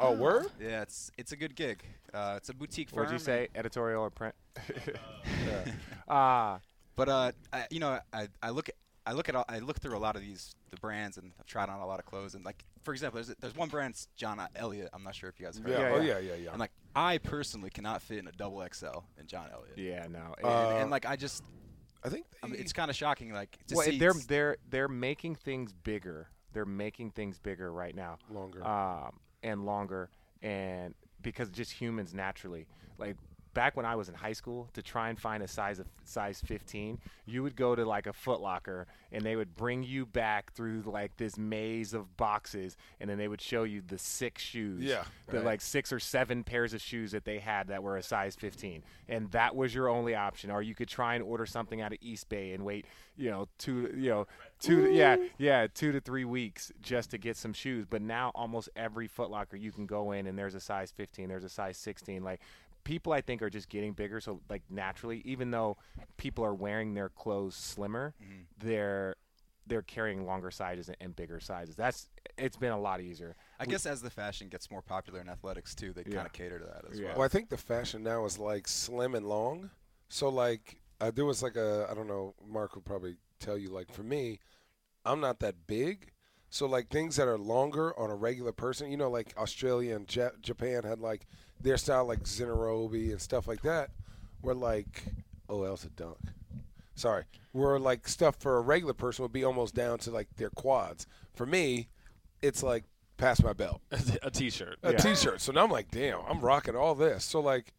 Speaker 3: Oh, word.
Speaker 8: Yeah, it's it's a good gig. Uh, it's a boutique firm.
Speaker 4: What'd
Speaker 8: Uh,
Speaker 4: you say?
Speaker 8: and-
Speaker 4: Editorial or print? Ah,
Speaker 8: But uh, I, you know, I, I look at I look at all, I look through a lot of these the brands and I've tried on a lot of clothes and like for example, there's there's one brand it's John Elliott. I'm not sure if you guys have heard.
Speaker 3: Yeah.
Speaker 8: of
Speaker 4: Yeah,
Speaker 3: Oh
Speaker 8: it.
Speaker 3: yeah, yeah, yeah.
Speaker 8: And like I personally cannot fit in a double XL in John Elliott.
Speaker 4: yeah, no.
Speaker 8: And,
Speaker 3: Uh,
Speaker 8: and like I just
Speaker 3: I think
Speaker 8: I mean,
Speaker 3: they-
Speaker 8: it's kind of shocking like to
Speaker 4: well,
Speaker 8: see
Speaker 4: they're
Speaker 8: s-
Speaker 4: they're they're making things bigger. They're making things bigger right now.
Speaker 3: Longer.
Speaker 4: um, and longer, and because just humans naturally like. Back when I was in high school, to try and find a size of size 15, you would go to like a Foot Locker, and they would bring you back through like this maze of boxes, and then they would show you the six shoes.
Speaker 3: Yeah.
Speaker 4: the like six or seven pairs of shoes that they had that were a size 15 and that was your only option or you could try and order something out of east bay and wait you know two you know two yeah yeah two to three weeks just to get some shoes but now almost every Foot Locker you can go in and there's a size 15 there's a size 16 like people i think are just getting bigger so like naturally even though people are wearing their clothes slimmer they're they're carrying longer sizes and- and bigger sizes that's it's been a lot easier
Speaker 8: I guess as the fashion gets more popular in athletics too, they kind
Speaker 4: Yeah.
Speaker 8: of cater to that as
Speaker 4: Yeah.
Speaker 8: well.
Speaker 3: Well, I think the fashion now is like slim and long. So like uh, there was like a I don't know Mark would probably tell you like for me, I'm not that big. So like things that are longer on a regular person, you know, like Australia and ja- Japan had like their style like Zinnerobe and stuff like that, were like oh that was a dunk. Sorry, where like stuff for a regular person would be almost down to like their quads. For me, it's like past my belt
Speaker 5: a T-shirt.
Speaker 3: a
Speaker 4: Yeah.
Speaker 3: t-shirt. So now I'm like, damn, I'm rocking all this. So like,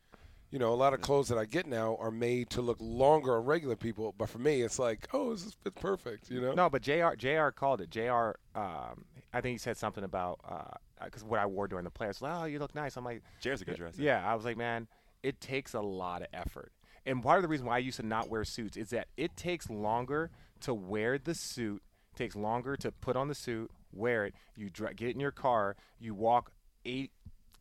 Speaker 3: you know, a lot of clothes that I get now are made to look longer on regular people, but for me, it's like, oh, this is fits perfect. You know?
Speaker 4: No, but Jr. Jr. called it. Jr. Um, I think he said something about because what I wore during the playoffs. Like, oh, you look nice. I'm like,
Speaker 6: Jared's a good dresser.
Speaker 4: yeah. I was like, man, it takes a lot of effort. And part of the reason why I used to not wear suits is that it takes longer to wear the suit. Takes longer to put on the suit, wear it. You dr- get in your car. You walk eight,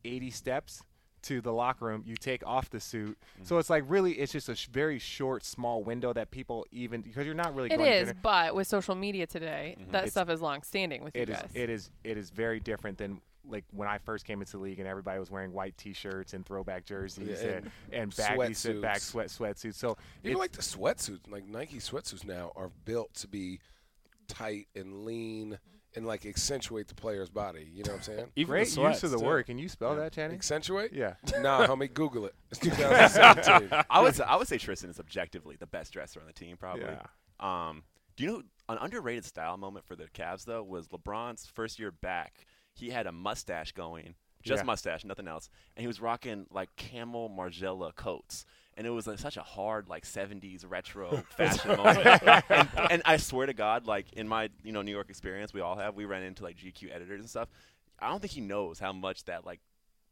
Speaker 4: 80 steps to the locker room. You take off the suit. So it's like really, it's just a sh- very short, small window that people even because you're not really.
Speaker 2: It
Speaker 4: going to
Speaker 2: is, but with social media today, that stuff is long standing with you
Speaker 4: Mm-hmm. It is.
Speaker 2: guys.
Speaker 4: It is. It is very different than like when I first came into the league and everybody was wearing white T-shirts and throwback jerseys
Speaker 3: Yeah,
Speaker 4: and, and baggy sit back
Speaker 3: sweatsuits.
Speaker 4: sweat sweatsuits. So
Speaker 3: Even
Speaker 4: it's-
Speaker 3: like the sweatsuits, like Nike sweatsuits now are built to be tight and lean and like accentuate the player's body. You know what I'm saying?
Speaker 5: Even
Speaker 4: Great
Speaker 5: sweats,
Speaker 4: use of the
Speaker 5: too.
Speaker 4: word. Can you spell that, Channing?
Speaker 3: Accentuate?
Speaker 4: Yeah.
Speaker 3: Nah, homie, Google it. It's 2017.
Speaker 6: I would say, I would say Tristan is objectively the best dresser on the team, probably.
Speaker 4: Yeah.
Speaker 6: Um, do you know an underrated style moment for the Cavs though was LeBron's first year back. He had a mustache going, just
Speaker 4: Yeah.
Speaker 6: mustache, nothing else, and he was rocking like camel Margiela coats. And it was like, such a hard like '70s retro fashion moment. And, and I swear to God, like in my you know New York experience, we all have. We ran into like GQ editors and stuff. I don't think he knows how much that like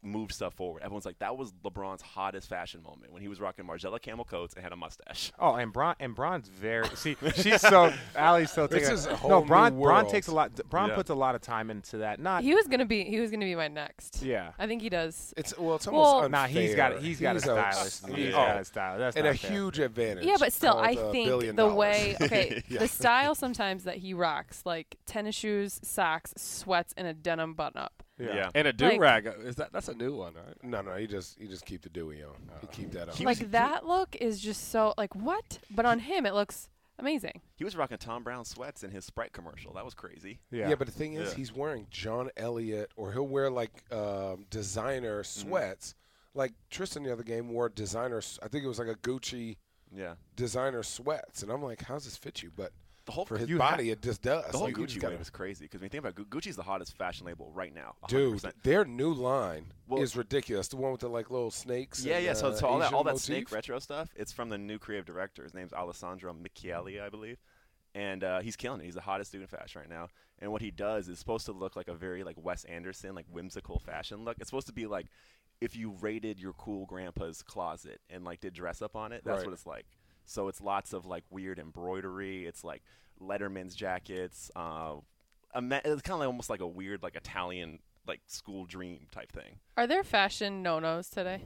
Speaker 6: moved stuff forward. Everyone's like, that was LeBron's hottest fashion moment when he was rocking Margiela camel coats and had a mustache.
Speaker 4: Oh, and Bron and Bron's very see she's so Allie's so
Speaker 3: This
Speaker 4: taking-
Speaker 3: is a whole
Speaker 4: no
Speaker 3: new
Speaker 4: Bron Bron
Speaker 3: world.
Speaker 4: takes a lot Bron
Speaker 6: Yeah.
Speaker 4: puts a lot of time into that not
Speaker 2: He was gonna be. He was gonna be my next.
Speaker 4: yeah
Speaker 2: I think he does.
Speaker 3: It's well, it's
Speaker 2: Well-
Speaker 3: almost unfair.
Speaker 4: nah he's got he's got
Speaker 3: He's
Speaker 4: a stylist
Speaker 3: he's
Speaker 4: he's
Speaker 3: a-
Speaker 4: got a stylist that's
Speaker 3: and
Speaker 4: not
Speaker 3: a
Speaker 4: fair.
Speaker 3: huge advantage.
Speaker 2: Yeah, but still,
Speaker 3: called,
Speaker 2: I
Speaker 3: uh,
Speaker 2: think
Speaker 3: billion
Speaker 2: the
Speaker 3: dollars.
Speaker 2: way okay,
Speaker 6: Yeah.
Speaker 2: the style sometimes that he rocks, like tennis shoes, socks, sweats, and a denim button up.
Speaker 6: yeah.
Speaker 5: And a
Speaker 2: Like-
Speaker 5: do rag is that? That's a new one, right?
Speaker 3: No, no, he just he just keep the Dewey on. Uh, He keep that on.
Speaker 2: like that look is just so like what? But on him, it looks amazing.
Speaker 6: He was rocking Tom Brown sweats in his Sprite commercial. That was crazy.
Speaker 4: yeah
Speaker 3: Yeah. but the thing is,
Speaker 6: Yeah.
Speaker 3: he's wearing John Elliott, or he'll wear like um, designer sweats. Like Tristan the other game wore designer. s- I think it was like a Gucci
Speaker 6: Yeah.
Speaker 3: designer sweats, and I'm like, how's this fit you? But
Speaker 6: The whole
Speaker 3: for his
Speaker 4: You
Speaker 3: body, it just does.
Speaker 6: the whole
Speaker 3: Like, you
Speaker 6: Gucci
Speaker 3: just
Speaker 6: wave
Speaker 3: gotta-
Speaker 6: is crazy because when you think about Gu- Gucci's the hottest fashion label right now. 100%.
Speaker 3: dude, their new line
Speaker 6: Well-
Speaker 3: is ridiculous. The one with the like little snakes.
Speaker 6: Yeah,
Speaker 3: and,
Speaker 6: yeah. So,
Speaker 3: uh,
Speaker 6: so all that
Speaker 3: Asian
Speaker 6: all that
Speaker 3: motif.
Speaker 6: snake retro stuff. It's from the new creative director. His name's Alessandro Michele, I believe, and uh, he's killing it. He's the hottest dude in fashion right now. And what he does is supposed to look like a very like Wes Anderson, like whimsical fashion look. It's supposed to be like if you raided your cool grandpa's closet and like did dress up on it. That's
Speaker 3: Right.
Speaker 6: what it's like. So it's lots of like weird embroidery. It's like Letterman's jackets. Uh, a ma- it's kind of like, almost like a weird like Italian like school dream type thing.
Speaker 2: Are there fashion no nos today?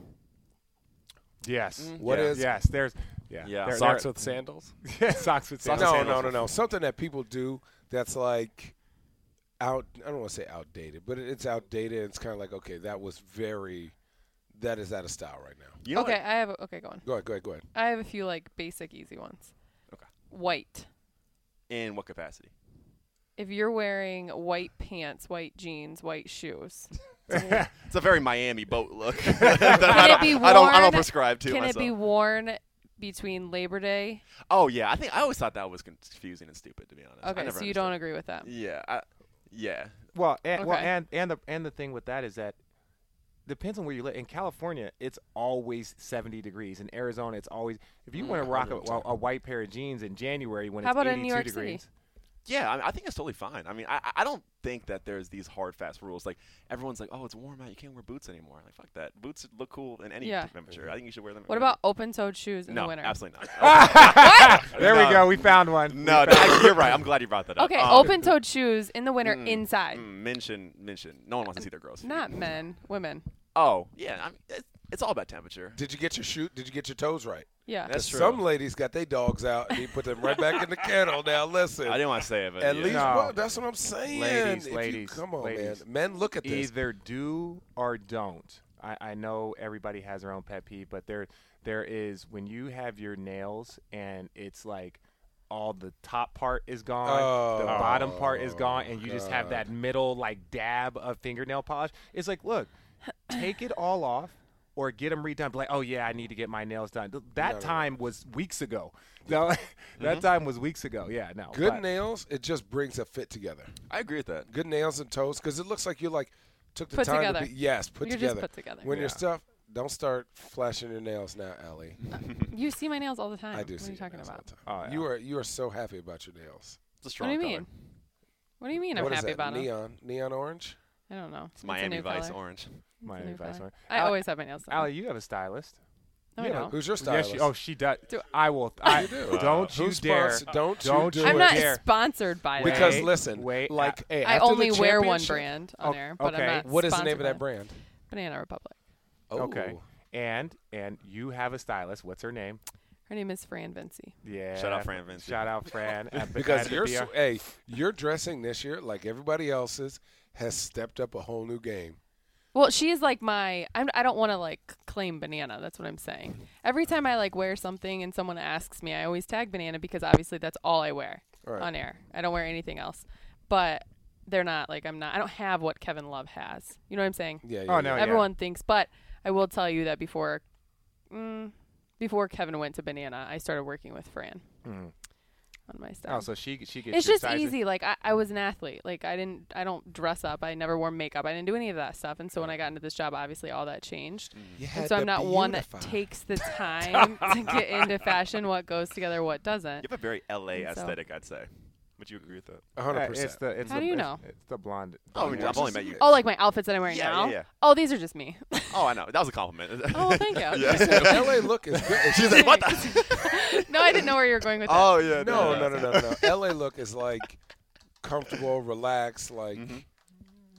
Speaker 4: yes
Speaker 3: Mm-hmm. What
Speaker 6: Yeah.
Speaker 3: is-
Speaker 4: yes there's yeah
Speaker 6: Yeah.
Speaker 4: there-
Speaker 5: Socks
Speaker 4: there-
Speaker 5: with sandals.
Speaker 4: yeah, socks with sandals.
Speaker 6: Socks with
Speaker 3: No,
Speaker 6: sandals.
Speaker 3: no, no, no. Something that people do that's like out. I don't want to say outdated, but it- it's outdated. And it's kind of like okay, that was very. That is out of style right now.
Speaker 6: You know
Speaker 2: okay,
Speaker 6: what?
Speaker 2: I have a, okay, go on.
Speaker 3: Go ahead, go ahead, go ahead.
Speaker 2: I have a few like basic easy ones.
Speaker 6: Okay.
Speaker 2: White.
Speaker 6: In what capacity?
Speaker 2: If you're wearing white pants, white jeans, white shoes,
Speaker 6: It's a very Miami boat look.
Speaker 2: can
Speaker 6: I,
Speaker 2: it be
Speaker 6: don't,
Speaker 2: worn?
Speaker 6: I don't. I don't prescribe to
Speaker 2: Can
Speaker 6: myself.
Speaker 2: it be worn between Labor Day?
Speaker 6: oh yeah, I think I always thought that was confusing and stupid to be honest. I
Speaker 2: Okay,
Speaker 6: never
Speaker 2: so you don't
Speaker 6: understood.
Speaker 2: agree with that.
Speaker 6: Yeah. I, yeah.
Speaker 4: Well, and, well,
Speaker 2: Okay.
Speaker 4: and and the and the thing with that is that depends on where you live. In California, it's always 70 degrees. In Arizona, it's always if you want to rock a, a, a white pair of jeans in January when
Speaker 2: How
Speaker 4: it's
Speaker 2: about in
Speaker 4: 82
Speaker 2: New York City?
Speaker 4: degrees.
Speaker 6: Yeah, I, mean, I think it's totally fine. I mean, I, I- I don't think that there's these hard, fast rules. Like everyone's like, "Oh, it's warm out. You can't wear boots anymore." I'm like, fuck that. Boots look cool in any
Speaker 2: Yeah.
Speaker 6: temperature. I think you should wear them.
Speaker 2: What about open-toed shoes in
Speaker 6: no?
Speaker 2: the winter?
Speaker 6: Absolutely not.
Speaker 4: There
Speaker 6: No.
Speaker 4: we go. We found one.
Speaker 6: no, no, I- you're right. I'm glad you brought that up.
Speaker 2: Okay,
Speaker 6: Um,
Speaker 2: open-toed shoes in the winter
Speaker 6: mm,
Speaker 2: inside.
Speaker 6: mm, mention, mention. No one wants to see their girls. feet.
Speaker 2: Not men, women.
Speaker 6: Oh, yeah. I mean, it's, it's all about temperature.
Speaker 3: Did you get your shoot? Did you get your toes right?
Speaker 2: Yeah.
Speaker 6: That's
Speaker 3: 'Cause
Speaker 6: true.
Speaker 3: Some ladies got their dogs out and he put them right back in the kennel. Now listen,
Speaker 6: I didn't want to say it, but
Speaker 3: at
Speaker 6: yeah.
Speaker 3: least
Speaker 4: No.
Speaker 3: well, that's what I'm saying.
Speaker 4: Ladies,
Speaker 3: If you-
Speaker 4: ladies,
Speaker 3: come on,
Speaker 4: ladies.
Speaker 3: man. Men, look at this.
Speaker 4: Either do or don't. I, I know everybody has their own pet peeve, but there there is when you have your nails and it's like all the top part is gone, the
Speaker 3: Oh,
Speaker 4: bottom part is gone, and you just have
Speaker 3: God.
Speaker 4: that middle like dab of fingernail polish. It's like, look, take it all off. Or get them redone. Be Like, oh yeah, I need to get my nails done. Th- That time was weeks ago. No, that
Speaker 3: Mm-hmm.
Speaker 4: time was weeks ago. Yeah, no.
Speaker 3: Good
Speaker 4: but-
Speaker 3: nails, it just brings a fit together.
Speaker 6: I agree with that.
Speaker 3: Good nails and toes, because it looks like you like took the
Speaker 2: Put
Speaker 3: time
Speaker 2: together.
Speaker 3: to be yes, put
Speaker 2: You're just
Speaker 3: together.
Speaker 2: put together.
Speaker 3: When your
Speaker 4: Yeah.
Speaker 3: stuff, don't start flashing your nails now, Allie.
Speaker 2: You see my nails all the time.
Speaker 3: I do
Speaker 2: what
Speaker 3: see.
Speaker 2: are you
Speaker 3: your
Speaker 2: talking
Speaker 3: nails all
Speaker 2: about?
Speaker 3: the time.
Speaker 4: Oh, yeah.
Speaker 3: You are you are so happy about your nails.
Speaker 6: It's a
Speaker 2: What
Speaker 6: strong
Speaker 2: do you
Speaker 6: color.
Speaker 2: mean? What do you mean I'm
Speaker 3: What is
Speaker 2: happy
Speaker 3: that?
Speaker 2: about 'em?
Speaker 3: neon, neon orange.
Speaker 2: I don't know.
Speaker 6: It's Miami
Speaker 2: a new
Speaker 6: Vice
Speaker 2: color.
Speaker 6: orange.
Speaker 4: My
Speaker 2: It's a new
Speaker 4: advice.
Speaker 2: color.
Speaker 4: Sorry.
Speaker 2: I
Speaker 4: Al-
Speaker 2: always have my nails done.
Speaker 4: Allie, you have a stylist.
Speaker 2: no, I
Speaker 4: yeah,
Speaker 2: don't.
Speaker 3: Who's your
Speaker 4: Yes,
Speaker 3: stylist?
Speaker 4: she, oh, she does.
Speaker 2: Do-
Speaker 4: I will. I, don't you
Speaker 3: Who's
Speaker 4: dare.
Speaker 3: sponsor- don't you
Speaker 4: don't
Speaker 3: do
Speaker 4: you
Speaker 3: it.
Speaker 2: I'm not
Speaker 4: dare.
Speaker 2: sponsored by them.
Speaker 3: because
Speaker 4: Wait,
Speaker 3: listen,
Speaker 4: wait,
Speaker 3: like hey,
Speaker 2: I
Speaker 3: after the
Speaker 2: only wear one
Speaker 3: championship-
Speaker 2: brand on
Speaker 4: Oh,
Speaker 2: air, but
Speaker 4: okay.
Speaker 2: I'm not
Speaker 3: What is the name
Speaker 2: sponsored
Speaker 3: of
Speaker 2: by
Speaker 3: that
Speaker 2: them.
Speaker 3: brand?
Speaker 2: Banana Republic.
Speaker 3: Oh,
Speaker 4: Okay. And and you have a stylist. What's her name?
Speaker 2: Her name is Fran Vinci.
Speaker 4: Yeah.
Speaker 6: Shout out Fran Vinci.
Speaker 4: Shout out Fran. at the- at
Speaker 3: Because
Speaker 4: the
Speaker 3: your
Speaker 4: BR.
Speaker 3: so, hey, your dressing this year, like everybody else's, has stepped up a whole new game.
Speaker 2: Well, she is like my. I'm, I don't want to like claim banana. That's what I'm saying. Every time I like wear something and someone asks me, I always tag banana because obviously that's all I wear
Speaker 3: Right.
Speaker 2: on air. I don't wear anything else. But they're not like I'm not. I don't have what Kevin Love has. You know what I'm saying?
Speaker 3: Yeah.
Speaker 4: Oh,
Speaker 3: yeah,
Speaker 4: no,
Speaker 3: yeah.
Speaker 4: yeah.
Speaker 2: Everyone thinks, but I will tell you that before, mm, before Kevin went to Banana, I started working with Fran
Speaker 3: Mm.
Speaker 4: Mhm.
Speaker 2: on my stuff.
Speaker 4: Oh, so she she gets
Speaker 2: it's just
Speaker 4: your sizes.
Speaker 2: easy. Like I, I was an athlete. Like I didn't, I don't dress up. I never wore makeup. I didn't do any of that stuff. And so when I got into this job, obviously all that changed.
Speaker 6: Mm.
Speaker 3: You
Speaker 2: And
Speaker 3: had
Speaker 2: so
Speaker 3: to
Speaker 2: I'm not one that
Speaker 3: beautify.
Speaker 2: takes the time to get into fashion. What goes together, what doesn't.
Speaker 6: You have a very LA
Speaker 2: And so-
Speaker 6: aesthetic, I'd say. Would you agree with that?
Speaker 3: A
Speaker 4: Uh,
Speaker 3: hundred
Speaker 4: It's
Speaker 3: percent.
Speaker 4: the it's
Speaker 2: How
Speaker 4: the,
Speaker 2: do you
Speaker 4: it's-
Speaker 2: know?
Speaker 4: It's the blonde.
Speaker 6: Oh,
Speaker 4: blonde
Speaker 6: yeah, I've
Speaker 4: hair.
Speaker 6: only met you.
Speaker 2: Oh, like my outfits that I'm wearing
Speaker 6: Yeah,
Speaker 2: now.
Speaker 6: yeah, yeah.
Speaker 2: Oh, these are just me.
Speaker 6: Oh, I know. That was a compliment.
Speaker 2: Oh, well, thank you.
Speaker 3: LA look is good.
Speaker 6: She's like, what the?
Speaker 2: no, I didn't know where you were going with that.
Speaker 6: oh, yeah.
Speaker 3: no, no, no, no, no. LA look is like comfortable, relaxed, like
Speaker 6: Mhm.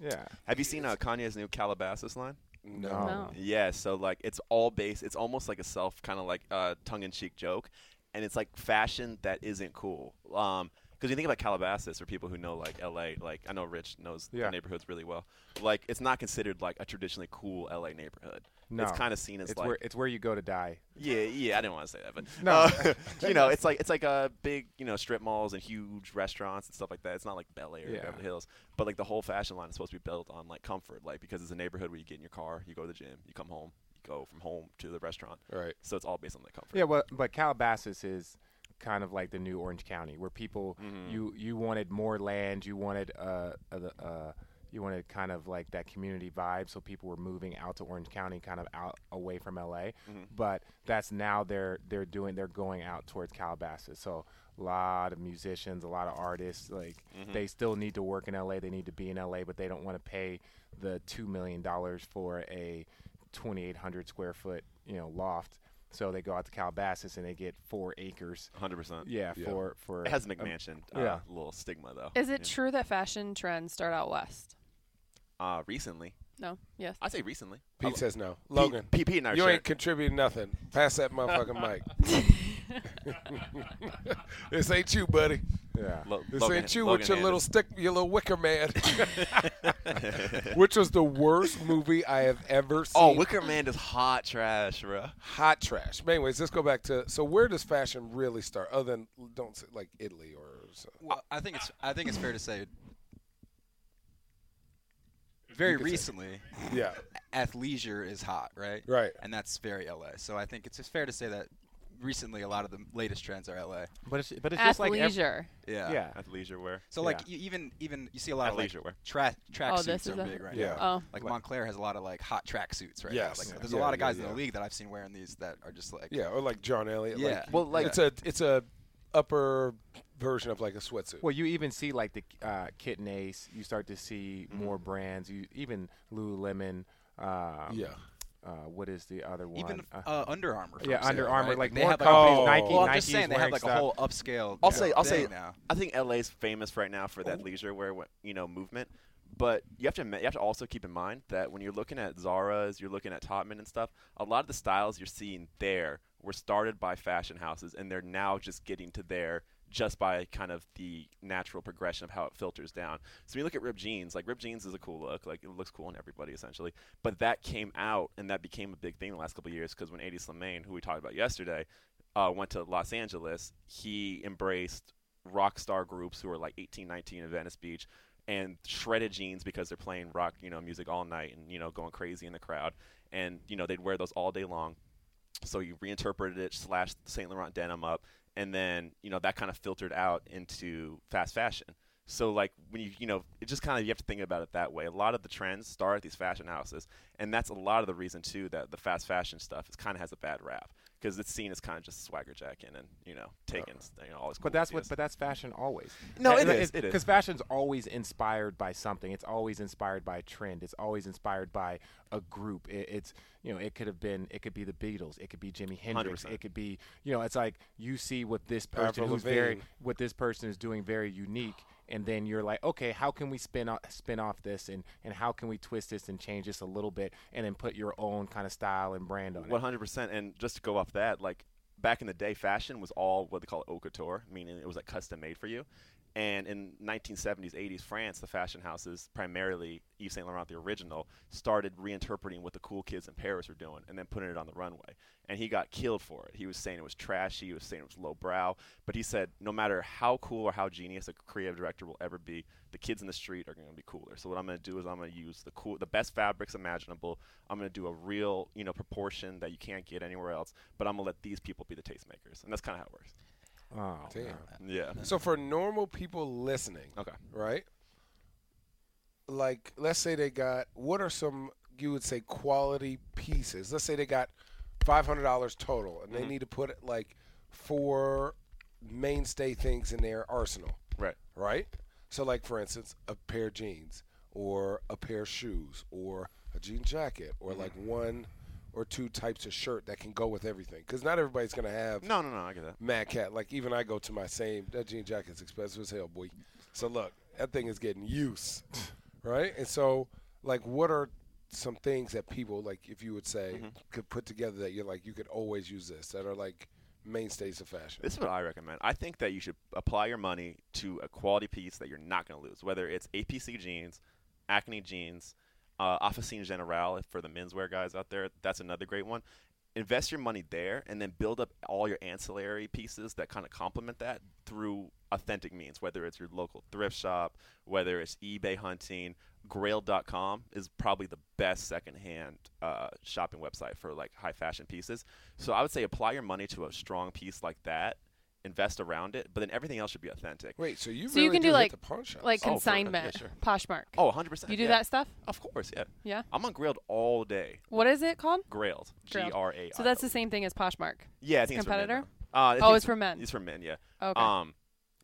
Speaker 4: Yeah.
Speaker 6: Have you seen uh, Kanye's new Calabasas line?
Speaker 3: no.
Speaker 2: No.
Speaker 6: Yeah, so like it's all based. It's almost like a self kind of like uh, tongue-in-cheek joke, and it's like fashion that isn't cool. Um, because you think about Calabasas or people who know like L.A. Like I know Rich knows
Speaker 4: Yeah.
Speaker 6: the neighborhoods really well. Like it's not considered like a traditionally cool L.A. neighborhood.
Speaker 4: No.
Speaker 6: It's kind of seen as
Speaker 4: It's
Speaker 6: like
Speaker 4: where it's where you go to die.
Speaker 6: yeah, yeah. I didn't want to say that, but
Speaker 4: No.
Speaker 6: uh, you know, it's like it's like uh, big you know strip malls and huge restaurants and stuff like that. It's not like Bel Air
Speaker 4: Yeah.
Speaker 6: or Beverly Hills, but like the whole fashion line is supposed to be built on like comfort, like because it's a neighborhood where you get in your car, you go to the gym, you come home, you go from home to the restaurant.
Speaker 3: Right.
Speaker 6: So it's all based on the comfort.
Speaker 4: Yeah, well, but Calabasas is kind of like the new Orange County, where people you you wanted more land, you wanted uh, uh, the, uh you wanted kind of like that community vibe, so people were moving out to Orange County, kind of out away from LA. But that's now they're they're doing they're going out towards Calabasas. So a lot of musicians, a lot of artists, like they still need to work in LA, they need to be in LA, but they don't want to pay the two million dollars for a 2,800 square foot, you know, loft. So they go out to Calabasas and they get four acres.
Speaker 6: hundred percent.
Speaker 4: Yeah,
Speaker 3: Yeah.
Speaker 4: for for
Speaker 6: It has a McMansion uh,
Speaker 4: yeah.
Speaker 6: little stigma though.
Speaker 2: Is it
Speaker 6: Yeah.
Speaker 2: true that fashion trends start out west?
Speaker 6: Uh, recently,
Speaker 2: No. Yes.
Speaker 6: I say recently.
Speaker 3: Pete says no. Logan,
Speaker 6: Pete, Pete and I.
Speaker 3: you
Speaker 6: share-
Speaker 3: ain't contributing nothing. Pass that motherfucking mic. this ain't you, buddy.
Speaker 4: yeah.
Speaker 6: Lo-
Speaker 3: This
Speaker 6: Logan-
Speaker 3: ain't you
Speaker 6: Logan
Speaker 3: with your
Speaker 6: had
Speaker 3: little
Speaker 6: it.
Speaker 3: stick, your little wicker man. Which was the worst movie I have ever seen.
Speaker 6: Oh, Wicker Man is hot trash, bro.
Speaker 3: hot trash. But anyways, let's go back to so where does fashion really start? Other than don't say, like Italy or so.
Speaker 8: Well, I think it's I think it's fair to say very
Speaker 3: could say-
Speaker 8: recently
Speaker 3: yeah,
Speaker 8: athleisure is hot, right?
Speaker 3: Right.
Speaker 8: And that's very LA. So I think it's just fair to say that recently a lot of the latest trends are LA.
Speaker 4: But it's but it's just like ev-
Speaker 2: Athleisure.
Speaker 8: Yeah.
Speaker 4: yeah.
Speaker 6: Athleisure wear.
Speaker 8: So like
Speaker 4: Yeah.
Speaker 8: you, even even you see a lot of like
Speaker 6: Athleisure wear.
Speaker 8: track track
Speaker 2: Oh, this
Speaker 8: suits are
Speaker 2: is a-
Speaker 8: big right
Speaker 3: Yeah.
Speaker 8: now.
Speaker 2: Oh.
Speaker 8: Like Montclair has a lot of like hot track suits right
Speaker 3: Yes.
Speaker 8: now.
Speaker 3: Yeah.
Speaker 8: Like, there's
Speaker 3: Yeah,
Speaker 8: a lot of
Speaker 3: yeah,
Speaker 8: guys in
Speaker 3: yeah.
Speaker 8: the league that I've seen wearing these that are just like
Speaker 3: yeah, or like John Elliott.
Speaker 8: Yeah.
Speaker 3: like,
Speaker 6: Well, like-
Speaker 3: it's a it's a upper version of like a sweatsuit.
Speaker 4: Well, you even see like the uh, Kitten Ace. You start to see more brands. You even Lululemon. Um,
Speaker 3: yeah,
Speaker 4: Uh, what is the other one?
Speaker 8: even
Speaker 4: Uh,
Speaker 8: uh, Under Armour. for
Speaker 4: yeah,
Speaker 8: example,
Speaker 4: Under Armour,
Speaker 8: right?
Speaker 4: like
Speaker 8: they
Speaker 4: more
Speaker 8: have like
Speaker 4: companies,
Speaker 3: whole-
Speaker 4: Nike,
Speaker 8: Well, I'm
Speaker 4: Nike's
Speaker 8: just saying they have
Speaker 4: wearing
Speaker 8: like
Speaker 4: stuff.
Speaker 8: a whole upscale.
Speaker 6: I'll
Speaker 8: you
Speaker 6: say,
Speaker 8: know,
Speaker 6: I'll
Speaker 8: thing
Speaker 6: say,
Speaker 8: now.
Speaker 6: I think LA's famous right now for that leisure wear, wa- you know, movement. But you have to, admit- you have to also keep in mind that when you're looking at Zara's, you're looking at Topman and stuff. A lot of the styles you're seeing there were started by fashion houses, and they're now just getting to there just by kind of the natural progression of how it filters down. So when you look at ripped jeans, like ripped jeans is a cool look, like it looks cool on everybody essentially. But that came out and that became a big thing the last couple of years because when 80s Slimane, who we talked about yesterday, uh, went to Los Angeles, he embraced rock star groups who were like 18, 19 in Venice Beach and shredded jeans because they're playing rock, you know, music all night and, you know, going crazy in the crowd. And, you know, they'd wear those all day long. So you reinterpreted it, slashed Saint Laurent denim up, and then, you know, that kind of filtered out into fast fashion. So like when you you know it just kind of you have to think about it that way. A lot of the trends start at these fashion houses, and that's a lot of the reason too that the fast fashion stuff is kind of has a bad rap because it's seen as kind of just swagger jacking and you know taking you know, all this.
Speaker 4: Uh, But
Speaker 6: cool
Speaker 4: that's what.
Speaker 6: ideas.
Speaker 4: But that's fashion always.
Speaker 6: No, it
Speaker 4: it is
Speaker 6: is, it is.
Speaker 4: Because fashion's always inspired by something. It's always inspired by a trend. It's always inspired by a group. It, it's you know, it could have been. It could be the Beatles. It could be Jimi Hendrix.
Speaker 6: 100%.
Speaker 4: It could be you know. It's like you see what this person
Speaker 3: Avril
Speaker 4: who's very
Speaker 3: Lavigne.
Speaker 4: what this person is doing very unique. And then you're like, okay, how can we spin off, spin off this, and, and how can we twist this and change this a little bit, and then put your own kind of style and brand on it.
Speaker 6: One hundred percent. And just to go off that, like back in the day, fashion was all what they call haute couture, meaning it was like custom made for you. And in 1970s, 80s France, the fashion houses, primarily Yves Saint Laurent, the original, started reinterpreting what the cool kids in Paris were doing and then putting it on the runway. And he got killed for it. He was saying it was trashy. He was saying it was lowbrow. But he said, no matter how cool or how genius a creative director will ever be, the kids in the street are going to be cooler. So what I'm going to do is I'm going to use the cool, the best fabrics imaginable. I'm going to do a real, you know, proportion that you can't get anywhere else. But I'm going to let these people be the tastemakers. And that's kind of how it works.
Speaker 4: Oh,
Speaker 3: Damn.
Speaker 6: Yeah.
Speaker 3: So for normal people listening,
Speaker 6: Okay.
Speaker 3: right? Like, let's say they got what are some you would say quality pieces? Let's say they got five hundred dollars total, and
Speaker 6: Mm-hmm.
Speaker 3: they need to put like four mainstay things in their arsenal,
Speaker 6: Right.
Speaker 3: right? So, like for instance, a pair of jeans, or a pair of shoes, or a jean jacket, or like
Speaker 2: Mm-hmm.
Speaker 3: one or two types of shirt that can go with everything. Because not everybody's gonna have
Speaker 6: No, no, no. I get that.
Speaker 3: Mad Cat. Like even I go to my same that jean jacket's expensive as hell, boy. So look, that thing is getting use, right? And so like, what are some things that people like, if you would say,
Speaker 2: Mm-hmm.
Speaker 3: could put together that you're like you could always use this that are like mainstays of fashion?
Speaker 6: This is what I recommend. I think that you should apply your money to a quality piece that you're not going to lose, whether it's APC jeans, Acne jeans, uh, Officine Generale for the menswear guys out there. That's another great one. Invest your money there and then build up all your ancillary pieces that kind of complement that through authentic means, whether it's your local thrift shop, whether it's eBay hunting. Grail.com is probably the best secondhand uh, shopping website for like high fashion pieces. So I would say apply your money to a strong piece like that, invest around it, but then everything else should be authentic.
Speaker 3: Wait, so you
Speaker 2: So
Speaker 3: really
Speaker 2: you can
Speaker 3: do,
Speaker 2: do
Speaker 3: hit
Speaker 2: like
Speaker 3: the pawn shops.
Speaker 2: like
Speaker 6: Oh, for- yeah,
Speaker 2: consignment,
Speaker 6: sure.
Speaker 2: Poshmark.
Speaker 6: Oh, 100%.
Speaker 2: you do
Speaker 6: yeah.
Speaker 2: that stuff?
Speaker 6: Of course, yeah.
Speaker 2: Yeah.
Speaker 6: I'm on Grailed all day.
Speaker 2: What is it called?
Speaker 6: Grailed. G
Speaker 2: Grailed.
Speaker 6: R A I. E.
Speaker 2: So that's the same thing as Poshmark.
Speaker 6: yeah, I think
Speaker 2: competitor?
Speaker 6: It's for men, though. uh, I think
Speaker 2: Oh, it's for men.
Speaker 6: It's for men, yeah.
Speaker 2: Okay.
Speaker 6: Um,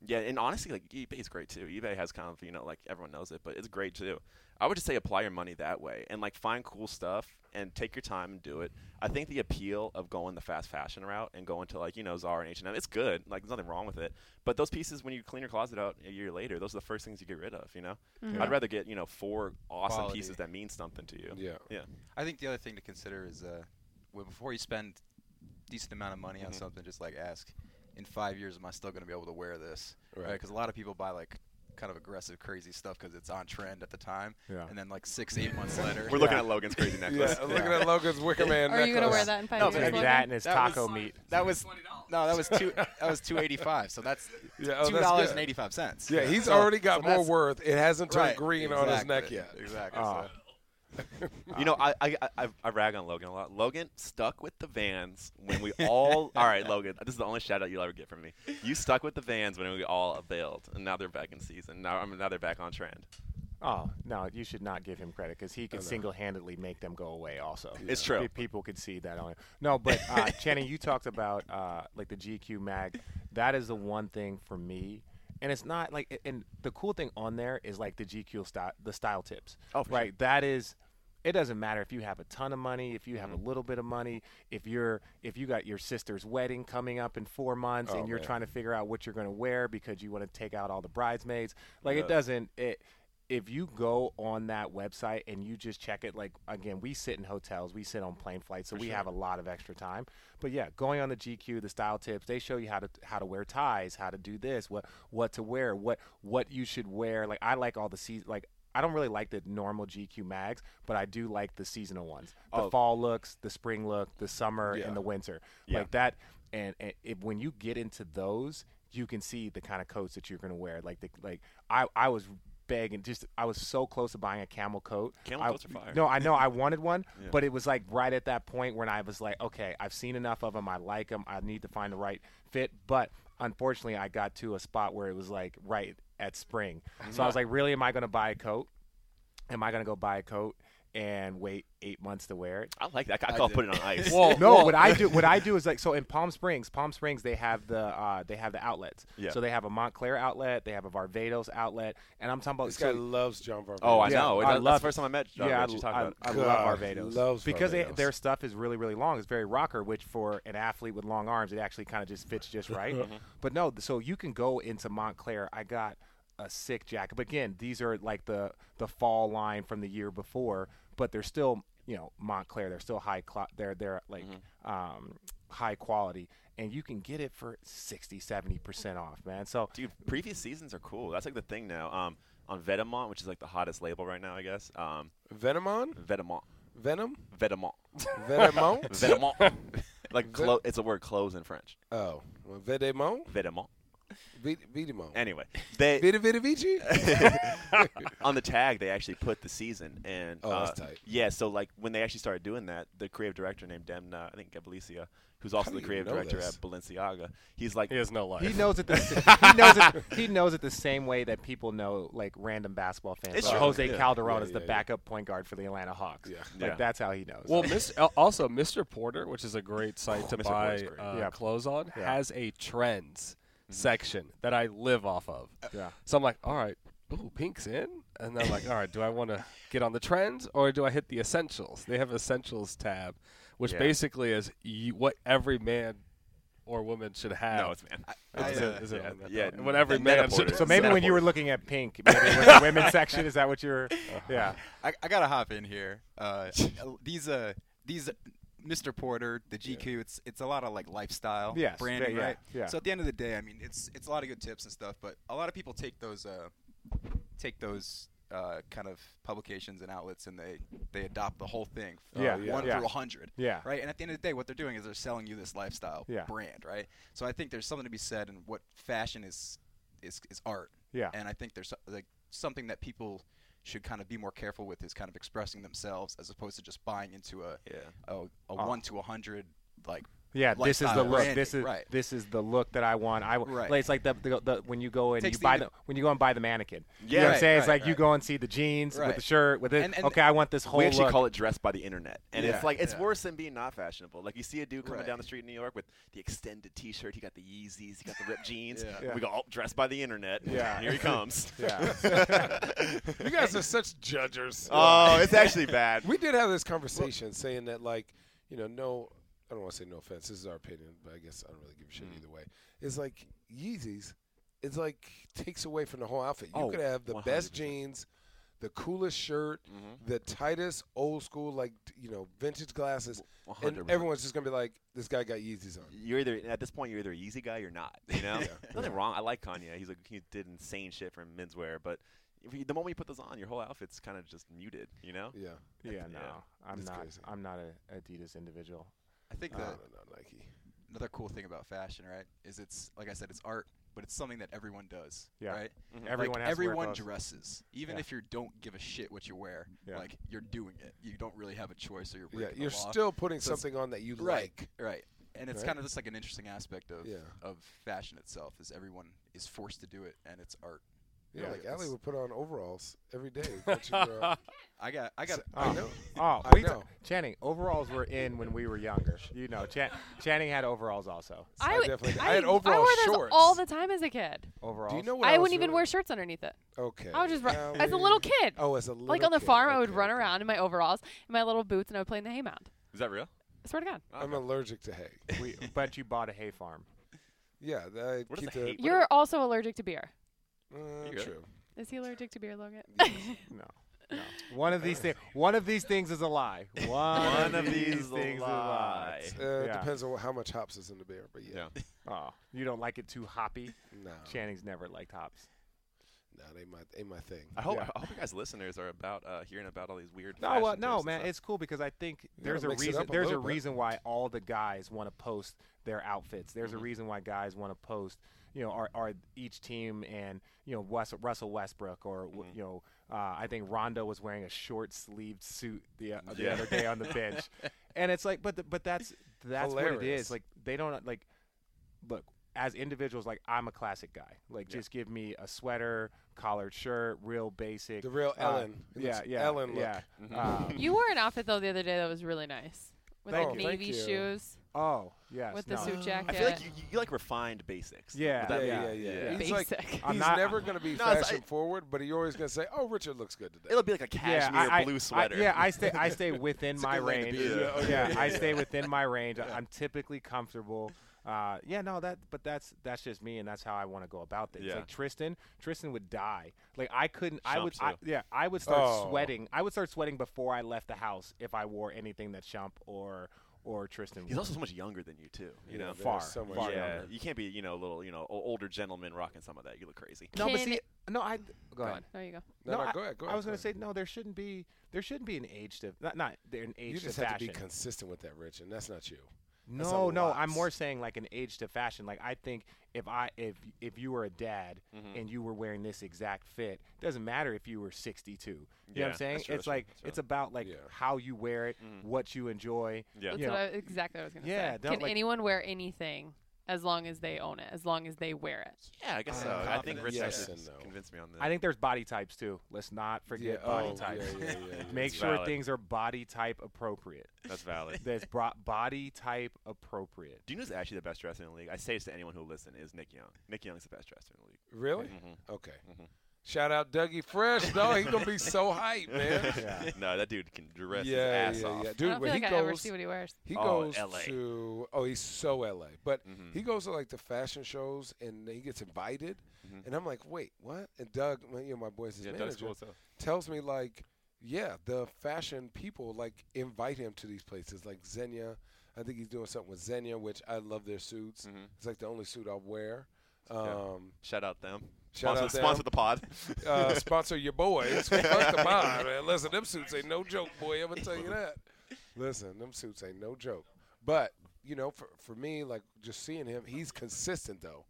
Speaker 6: yeah, and honestly, like eBay's great too. eBay has kind of you know like everyone knows it, but it's great too. I would just say apply your money that way and like find cool stuff and take your time and do it. I think the appeal of going the fast fashion route and going to like you know Zara and H and M, it's good. Like there's nothing wrong with it. But those pieces, when you clean your closet out a year later, those are the first things you get rid of. You know,
Speaker 2: Mm-hmm.
Speaker 6: I'd rather get you know four awesome
Speaker 8: Quality.
Speaker 6: pieces that mean something to you.
Speaker 3: Yeah.
Speaker 6: Yeah.
Speaker 8: I think the other thing to consider is uh, well, before you spend decent amount of money on something, just like ask, in five years, am I still going to be able to wear this? Right.
Speaker 3: Right.
Speaker 8: Because a lot of people buy like kind of aggressive, crazy stuff because it's on trend at the time.
Speaker 3: Uh-huh.
Speaker 4: Yeah.
Speaker 8: And then like six, eight months later,
Speaker 6: We're looking at Logan's crazy
Speaker 3: Yeah,
Speaker 6: necklace.
Speaker 3: looking at Logan's Wicker Man.
Speaker 2: Are you gonna wear
Speaker 3: necklace.
Speaker 2: that in five
Speaker 8: No,
Speaker 2: years?
Speaker 8: but I
Speaker 4: And
Speaker 8: mean,
Speaker 2: Logan?
Speaker 4: that and it's
Speaker 8: that was-
Speaker 4: taco meat.
Speaker 8: That was no, that was two. That was two eighty five. So that's
Speaker 3: Yeah, oh, that's
Speaker 8: two dollars
Speaker 3: good.
Speaker 8: and eighty five cents.
Speaker 3: Yeah, he's already got more worth. It hasn't turned
Speaker 8: Right,
Speaker 3: green on his neck
Speaker 8: exactly,
Speaker 3: yet. Ah.
Speaker 8: Exactly.
Speaker 4: Oh.
Speaker 8: so-
Speaker 6: You know,
Speaker 4: Uh,
Speaker 6: I, I I I rag on Logan a lot. Logan stuck with the Vans when we all. all right, Logan, this is the only shout out you'll ever get from me. You stuck with the Vans when we all availed, and now they're back in season. Now I'm now they're back on trend.
Speaker 4: Oh no, you should not give him credit because he could single-handedly make them go away. Also,
Speaker 6: It's true.
Speaker 4: Pe- People could see that on it. No, but uh, Channing, you talked about uh, like the GQ mag. That is the one thing for me, and it's not like. a- And the cool thing on there is like the GQ style, the style tips.
Speaker 6: Oh, for sure.
Speaker 4: right. That is. It doesn't matter if you have a ton of money, if you have a little bit of money, if you're if you got your sister's wedding coming up in four months and you're trying to figure out what you're going to wear because you want to take out all the bridesmaids. Like it doesn't it if you go on that website and you just check it, like again, we sit in hotels, we sit on plane flights, so we have a lot of extra time. But yeah, going on the GQ, the style tips, they show you how to how to wear ties, how to do this, what what to wear, what what you should wear. Like I like all the season, like I don't really like the normal GQ mags, but I do like the seasonal ones, the fall looks, the spring look, the summer
Speaker 3: Yeah.
Speaker 4: and the winter,
Speaker 6: Oh. Yeah.
Speaker 4: like that. And, and if, when you get into those, you can see the kind of coats that you're going to wear. Like the like I I was begging just I was so close to buying a camel coat.
Speaker 6: Camel
Speaker 4: I-
Speaker 6: coats are fire.
Speaker 4: No, I know I wanted one, but it was like right at that point when I was like, okay, I've seen enough of them. I like them. I need to find the right fit. But unfortunately, I got to a spot where it was like right at spring.
Speaker 5: Mm-hmm.
Speaker 4: So I was like, really, am I going to buy a coat? Am I going to go buy a coat and wait eight months to wear it?
Speaker 6: I like that. I call it put it on ice.
Speaker 5: Whoa,
Speaker 4: no,
Speaker 5: whoa.
Speaker 4: what I do, what I do is like so in Palm Springs. Palm Springs, they have the uh, they have the outlets.
Speaker 6: Yeah.
Speaker 4: So they have a Montclair outlet, they have a Varvatos outlet, and I'm talking about
Speaker 3: This guy
Speaker 4: so-
Speaker 3: loves John Varvatos.
Speaker 6: oh, I
Speaker 4: Yeah,
Speaker 6: know.
Speaker 4: I
Speaker 6: That's
Speaker 4: love
Speaker 6: the first time I met. John
Speaker 4: yeah, I,
Speaker 6: Rich. You talk
Speaker 4: I-
Speaker 6: about.
Speaker 4: I
Speaker 3: God,
Speaker 4: love Barbados
Speaker 3: loves
Speaker 4: because they,
Speaker 3: Barbados.
Speaker 4: their stuff is really really long. It's very rocker, which for an athlete with long arms, it actually kind of just fits just right. but no, so you can go into Montclair. I got a sick jacket, but again, these are like the the fall line from the year before, but they're still you know Montclair. They're still high. Cl- they're they're like um, high quality, and you can get it for 60, 70% off, man. So
Speaker 6: Dude, previous seasons are cool. That's like the thing now. Um, on Vetements, which is like the hottest label right now, I guess. Um,
Speaker 3: Venomon?
Speaker 6: Vetements,
Speaker 3: Venom?
Speaker 6: Vetements,
Speaker 3: Venomon?
Speaker 6: Vetements. like clo- it's a word clothes in French.
Speaker 3: oh. Vedemon?
Speaker 6: Vetements.
Speaker 3: Vedemon.
Speaker 6: Anyway, they
Speaker 3: Vida Vida Vici?
Speaker 6: on the tag they actually put the season and
Speaker 3: Oh,
Speaker 6: uh,
Speaker 3: that's tight.
Speaker 6: yeah. So like when they actually started doing that, the creative director named Demna, I think Gabalicia, who's also
Speaker 3: do
Speaker 6: the
Speaker 3: you
Speaker 6: creative
Speaker 3: know
Speaker 6: director
Speaker 3: this?
Speaker 6: at Balenciaga, he's like
Speaker 5: He has no life.
Speaker 4: he knows it. The, he knows it. He knows it the same way that people know like random basketball fans.
Speaker 6: It's
Speaker 4: Like,
Speaker 6: true.
Speaker 4: Jose
Speaker 3: Yeah.
Speaker 4: Calderon
Speaker 3: Yeah,
Speaker 4: is the
Speaker 3: yeah, yeah.
Speaker 4: backup point guard for the Atlanta Hawks.
Speaker 3: Yeah.
Speaker 4: Like
Speaker 6: Yeah.
Speaker 4: that's how he knows.
Speaker 5: Well, Mr. al- also Mr. Porter, which is a great site to
Speaker 6: Mr.
Speaker 5: buy
Speaker 6: Porter's great. Mm-hmm.
Speaker 5: uh,
Speaker 4: Yeah.
Speaker 5: clothes on,
Speaker 4: Yeah.
Speaker 5: has a trends section that I live off of.
Speaker 4: yeah.
Speaker 5: So I'm like, all right, ooh, pink's in, and then I'm like, all right, do I want to get on the trends or do I hit the essentials? They have essentials tab, which
Speaker 6: Yeah.
Speaker 5: basically is you, what every man or woman should have.
Speaker 6: no, it's man.
Speaker 8: I,
Speaker 5: Is
Speaker 8: uh,
Speaker 5: it- is it
Speaker 6: yeah,
Speaker 5: on that
Speaker 6: yeah,
Speaker 5: part? What every
Speaker 6: Meta
Speaker 5: man
Speaker 6: Porter.
Speaker 5: should.
Speaker 4: So maybe
Speaker 6: Meta
Speaker 4: when you were
Speaker 6: Porter.
Speaker 4: looking at pink, maybe it was the women's section. Is that what you were? Yeah.
Speaker 8: I, I gotta hop in here. Uh, these uh these Mr. Porter, the GQ, it's it's a lot of like lifestyle
Speaker 4: Yes,
Speaker 8: branding,
Speaker 4: yeah, yeah,
Speaker 8: right?
Speaker 4: yeah.
Speaker 8: So at the end of the day, I mean, it's it's a lot of good tips and stuff, but a lot of people take those uh take those uh, kind of publications and outlets and they they adopt the whole thing from
Speaker 4: Yeah, yeah,
Speaker 8: one
Speaker 4: yeah.
Speaker 8: through a hundred
Speaker 4: Yeah.
Speaker 8: right and at the end of the day what they're doing is they're selling you this lifestyle
Speaker 4: Yeah.
Speaker 8: brand right so i think there's something to be said in what fashion is is, is art
Speaker 4: Yeah.
Speaker 8: and I think there's so- like something that people should kind of be more careful with is kind of expressing themselves as opposed to just buying into a
Speaker 6: Yeah.
Speaker 8: a, a
Speaker 4: Uh.
Speaker 8: one to a hundred like
Speaker 4: Yeah, this is the
Speaker 8: lifestyle
Speaker 4: look. This
Speaker 8: branding,
Speaker 4: is
Speaker 8: right.
Speaker 4: this is the look that I want. I w-
Speaker 8: Right.
Speaker 4: like, it's like the, the, the when you go and
Speaker 8: Takes
Speaker 4: you
Speaker 8: the
Speaker 4: buy
Speaker 8: indi-
Speaker 4: the when you go and buy the mannequin. you know
Speaker 6: Yeah.
Speaker 4: what I'm saying? it's
Speaker 8: Right,
Speaker 4: like you
Speaker 8: right.
Speaker 4: go and see the jeans with the
Speaker 8: Right.
Speaker 4: shirt with it.
Speaker 8: And- and-
Speaker 4: okay, I want this whole
Speaker 6: we actually
Speaker 4: look.
Speaker 6: call it dress by the internet, and
Speaker 8: Yeah.
Speaker 6: it's like it's
Speaker 8: Yeah.
Speaker 6: worse than being not fashionable. Like you see a dude coming
Speaker 8: Right.
Speaker 6: down the street in New York with the extended T-shirt, he got the Yeezys, he got the ripped jeans.
Speaker 8: Yeah.
Speaker 4: Yeah.
Speaker 6: We go oh, dressed by the internet.
Speaker 4: Yeah.
Speaker 6: here he comes.
Speaker 4: Yeah.
Speaker 3: you guys are such judgers.
Speaker 6: oh, it's actually bad.
Speaker 3: We did have this conversation saying that, like, you know, no, I don't want to say no offense. This is our opinion, but I guess I don't really give a shit either way. It's like Yeezys. It's like takes away from the whole outfit. You
Speaker 6: Oh,
Speaker 3: could have the best
Speaker 6: 100%.
Speaker 3: jeans, the coolest shirt, the tightest old school, like you know, vintage glasses, and
Speaker 6: 100%.
Speaker 3: everyone's just gonna be like, "This guy got Yeezys on."
Speaker 6: You're either at this point you're either a Yeezy guy or not. You know, nothing wrong. I like Kanye. He's like he did insane shit for menswear, but if you, the moment you put those on, your whole outfit's kind of just muted. You know,
Speaker 3: Yeah,
Speaker 4: yeah, no, I'm
Speaker 3: It's
Speaker 4: not.
Speaker 3: crazy.
Speaker 4: I'm not a Adidas individual.
Speaker 8: I think
Speaker 3: I
Speaker 4: Uh.
Speaker 8: that
Speaker 3: don't know, Nike.
Speaker 8: another cool thing about fashion right is it's like I said it's art but it's something that everyone does
Speaker 4: Yeah.
Speaker 8: right Like,
Speaker 4: Everyone has to wear
Speaker 8: everyone
Speaker 4: clothes.
Speaker 8: dresses even
Speaker 4: Yeah.
Speaker 8: if you don't give a shit what you wear
Speaker 4: Yeah.
Speaker 8: like you're doing it you don't really have a choice or you're
Speaker 3: Yeah,
Speaker 8: breaking the
Speaker 3: you're
Speaker 8: law.
Speaker 3: still putting
Speaker 8: So it's-
Speaker 3: something on that you
Speaker 8: Right.
Speaker 3: like.
Speaker 8: Right. And it's
Speaker 3: Right?
Speaker 8: kind of just like an interesting aspect of
Speaker 3: Yeah.
Speaker 8: of fashion itself is everyone is forced to do it and it's art.
Speaker 3: Yeah,
Speaker 8: Yeah.
Speaker 3: like Allie would put on overalls every day. uh, when she grew up.
Speaker 8: I got I got
Speaker 4: Oh,
Speaker 3: I know.
Speaker 4: oh,
Speaker 3: I
Speaker 4: we
Speaker 3: know.
Speaker 4: Channing overalls were in when we were younger. You know, Chan- Channing had overalls also.
Speaker 3: I
Speaker 2: would-
Speaker 3: definitely- I had overall
Speaker 2: wore those
Speaker 3: shorts.
Speaker 2: all the time as a kid.
Speaker 4: Overalls.
Speaker 3: Do you know what
Speaker 2: I,
Speaker 3: I was
Speaker 2: wouldn't even
Speaker 3: doing?
Speaker 2: wear shirts underneath it.
Speaker 3: Okay.
Speaker 2: I would just run
Speaker 3: Now
Speaker 2: as a
Speaker 3: we-
Speaker 2: little kid.
Speaker 3: Oh, as a little
Speaker 2: like on the
Speaker 3: kid.
Speaker 2: farm, I would
Speaker 3: Okay,
Speaker 2: run
Speaker 3: okay.
Speaker 2: around in my overalls, in my little boots, and I would play in the haymound.
Speaker 6: Is that real?
Speaker 2: I swear to God,
Speaker 3: I'm allergic to hay.
Speaker 4: we, but you bought a hay farm.
Speaker 3: Yeah, I
Speaker 6: What is
Speaker 3: keep
Speaker 6: a hay-
Speaker 3: the.
Speaker 6: What
Speaker 2: you're also allergic to beer.
Speaker 3: Uh,
Speaker 6: You're
Speaker 3: true.
Speaker 2: Is he allergic to beer, Logan?
Speaker 4: No. No. One of these things. One of these things is a lie. One,
Speaker 6: One of these is a
Speaker 4: things
Speaker 6: lie.
Speaker 4: is a lie.
Speaker 3: Uh, it
Speaker 4: Yeah.
Speaker 3: Depends on how much hops is in the beer, but yeah,
Speaker 4: Oh, you don't like it too hoppy.
Speaker 3: no,
Speaker 4: Channing's never liked hops.
Speaker 3: no, they my ain't my thing.
Speaker 6: I hope
Speaker 4: Yeah.
Speaker 6: I hope you guys listeners are about uh, hearing about all these weird.
Speaker 4: No,
Speaker 6: fashion
Speaker 4: well, no,
Speaker 6: tips and
Speaker 4: man,
Speaker 6: stuff.
Speaker 4: it's cool because I think
Speaker 3: gotta
Speaker 4: there's a
Speaker 3: mix it
Speaker 4: reason.
Speaker 3: up a
Speaker 4: There's a
Speaker 3: little bit.
Speaker 4: reason why all the guys want to post their outfits. There's
Speaker 6: Mm-hmm.
Speaker 4: a reason why guys want to post, you know, our, our each team and you know Wes, Russell Westbrook or w
Speaker 6: Mm-hmm.
Speaker 4: you know uh, I think Rondo was wearing a short sleeved suit the, uh, the
Speaker 6: Yeah.
Speaker 4: other day on the bench, and it's like, but the, but that's that's what it
Speaker 3: Hilarious.
Speaker 4: is. Like they don't like look as individuals. Like I'm a classic guy. Like just give me a sweater, collared shirt, real basic.
Speaker 3: The real
Speaker 4: uh,
Speaker 3: Ellen. It
Speaker 4: yeah,
Speaker 3: looks
Speaker 4: yeah,
Speaker 3: Ellen look.
Speaker 4: yeah. Um,
Speaker 6: Mm-hmm.
Speaker 2: you wore an outfit though the other day that was really nice, with
Speaker 3: Thank
Speaker 2: like
Speaker 3: you. Thank
Speaker 2: navy
Speaker 3: you.
Speaker 2: shoes,
Speaker 4: Oh, yes.
Speaker 2: with the
Speaker 4: no.
Speaker 2: suit jacket.
Speaker 6: I feel like you, you like refined basics.
Speaker 4: Yeah,
Speaker 6: Would
Speaker 3: Yeah,
Speaker 6: that be-
Speaker 3: yeah, yeah,
Speaker 6: yeah.
Speaker 3: He's like, uh,
Speaker 2: Basic.
Speaker 4: I'm
Speaker 3: he's
Speaker 4: not-
Speaker 3: never gonna be
Speaker 6: No, it's-
Speaker 3: fashion forward, but he always gonna say, "Oh, Richard looks good today."
Speaker 6: It'll be like a
Speaker 4: Yeah,
Speaker 6: cashmere
Speaker 4: I, I-
Speaker 6: blue sweater.
Speaker 4: I, yeah, I stay I stay within my
Speaker 8: good way to
Speaker 4: range.
Speaker 6: be. Yeah.
Speaker 4: Yeah, I stay within my range. I- I'm typically comfortable. Uh, yeah, no, that but that's that's just me, and that's how I want to go about things.
Speaker 6: Yeah.
Speaker 4: Like Tristan, Tristan would die. Like I couldn't. I would.
Speaker 6: Shumps,
Speaker 4: I,
Speaker 6: too.
Speaker 4: yeah, I would start
Speaker 3: Oh.
Speaker 4: sweating. I would start sweating before I left the house if I wore anything that Shump or or Tristan.
Speaker 6: He's also so much younger than you too. You
Speaker 3: Yeah,
Speaker 6: know,
Speaker 3: they're
Speaker 4: far,
Speaker 3: so much
Speaker 4: far
Speaker 6: yeah,
Speaker 3: younger.
Speaker 6: you can't be you know a little you know o- older gentleman rocking some of that. You look crazy.
Speaker 4: no, but
Speaker 2: Can-
Speaker 4: see, no, I go
Speaker 2: Go
Speaker 4: ahead.
Speaker 2: on. There you go.
Speaker 3: No, no,
Speaker 4: I,
Speaker 3: go ahead. Go
Speaker 4: I
Speaker 3: ahead.
Speaker 4: was
Speaker 3: go
Speaker 4: going to
Speaker 3: ahead.
Speaker 4: say no. There shouldn't be. There shouldn't be an age to not not there an age
Speaker 3: you just
Speaker 4: to
Speaker 3: have to
Speaker 4: fashion.
Speaker 3: be consistent with that, Rich, and that's not you. That's
Speaker 4: no,
Speaker 3: a
Speaker 4: no.
Speaker 3: lot.
Speaker 4: I'm more saying like an age to fashion. Like I think if I if if you were a dad and you were wearing this exact fit, doesn't matter if you were 62. You know what
Speaker 6: Yeah,
Speaker 4: I'm saying?
Speaker 6: that's true,
Speaker 4: it's
Speaker 6: that's true,
Speaker 4: like
Speaker 6: that's true.
Speaker 4: it's about like
Speaker 3: Yeah.
Speaker 4: how you wear it, what you enjoy.
Speaker 6: Yeah.
Speaker 2: That's
Speaker 4: you know,
Speaker 2: what I, exactly what I was going to
Speaker 4: Yeah,
Speaker 2: say.
Speaker 4: don't,
Speaker 2: Can
Speaker 4: like-
Speaker 2: anyone wear anything as long as they own it, as long as they wear it?
Speaker 6: Yeah, I guess
Speaker 8: Uh,
Speaker 6: so. I think
Speaker 8: confident.
Speaker 6: Rich
Speaker 3: Yes
Speaker 6: actually
Speaker 3: and no.
Speaker 6: convinced me on that.
Speaker 4: I think there's body types too. Let's not forget
Speaker 3: yeah,
Speaker 4: body
Speaker 3: oh,
Speaker 4: types.
Speaker 3: Yeah, yeah, yeah, yeah.
Speaker 4: Make
Speaker 6: That's
Speaker 4: sure
Speaker 6: valid.
Speaker 4: things are body type appropriate.
Speaker 6: that's valid.
Speaker 4: That's brought body type appropriate.
Speaker 6: Do you know who's actually the best dresser in the league? I say this to anyone who will listen is Nick Young. Nick Young's the best dresser in the league.
Speaker 3: Really? Okay. Shout out Dougie Fresh, though. He's gonna be so hype, man.
Speaker 6: Mm-hmm. no, that dude can dress
Speaker 3: yeah,
Speaker 6: his ass
Speaker 3: yeah,
Speaker 6: off.
Speaker 3: yeah.
Speaker 2: I
Speaker 3: Dude,
Speaker 2: don't
Speaker 3: when
Speaker 2: feel
Speaker 3: he
Speaker 2: like I
Speaker 3: goes,
Speaker 2: ever see what he wears.
Speaker 3: He
Speaker 6: Oh,
Speaker 3: goes
Speaker 6: LA.
Speaker 3: to oh, he's so LA. But
Speaker 6: Mm-hmm.
Speaker 3: he goes to like the fashion shows and he gets invited, and I'm like, wait, what? And Doug, my, you know, my boy's his
Speaker 6: Mm-hmm. Yeah, Doug's
Speaker 3: manager,
Speaker 6: cool as hell.
Speaker 3: tells me like, yeah, the fashion people like invite him to these places like Xenia. I think he's doing something with Xenia, which I love their suits.
Speaker 6: Mm-hmm.
Speaker 3: It's like the only suit I'll wear. Um,
Speaker 6: Shout out them.
Speaker 3: Shout
Speaker 6: sponsor,
Speaker 3: out them.
Speaker 6: sponsor the pod.
Speaker 3: uh, sponsor your boys. Fuck the mob, man. Listen, them suits ain't no joke, boy. I'm gonna tell you that. Listen, them suits ain't no joke. But you know, for for me, like just seeing him, he's consistent though.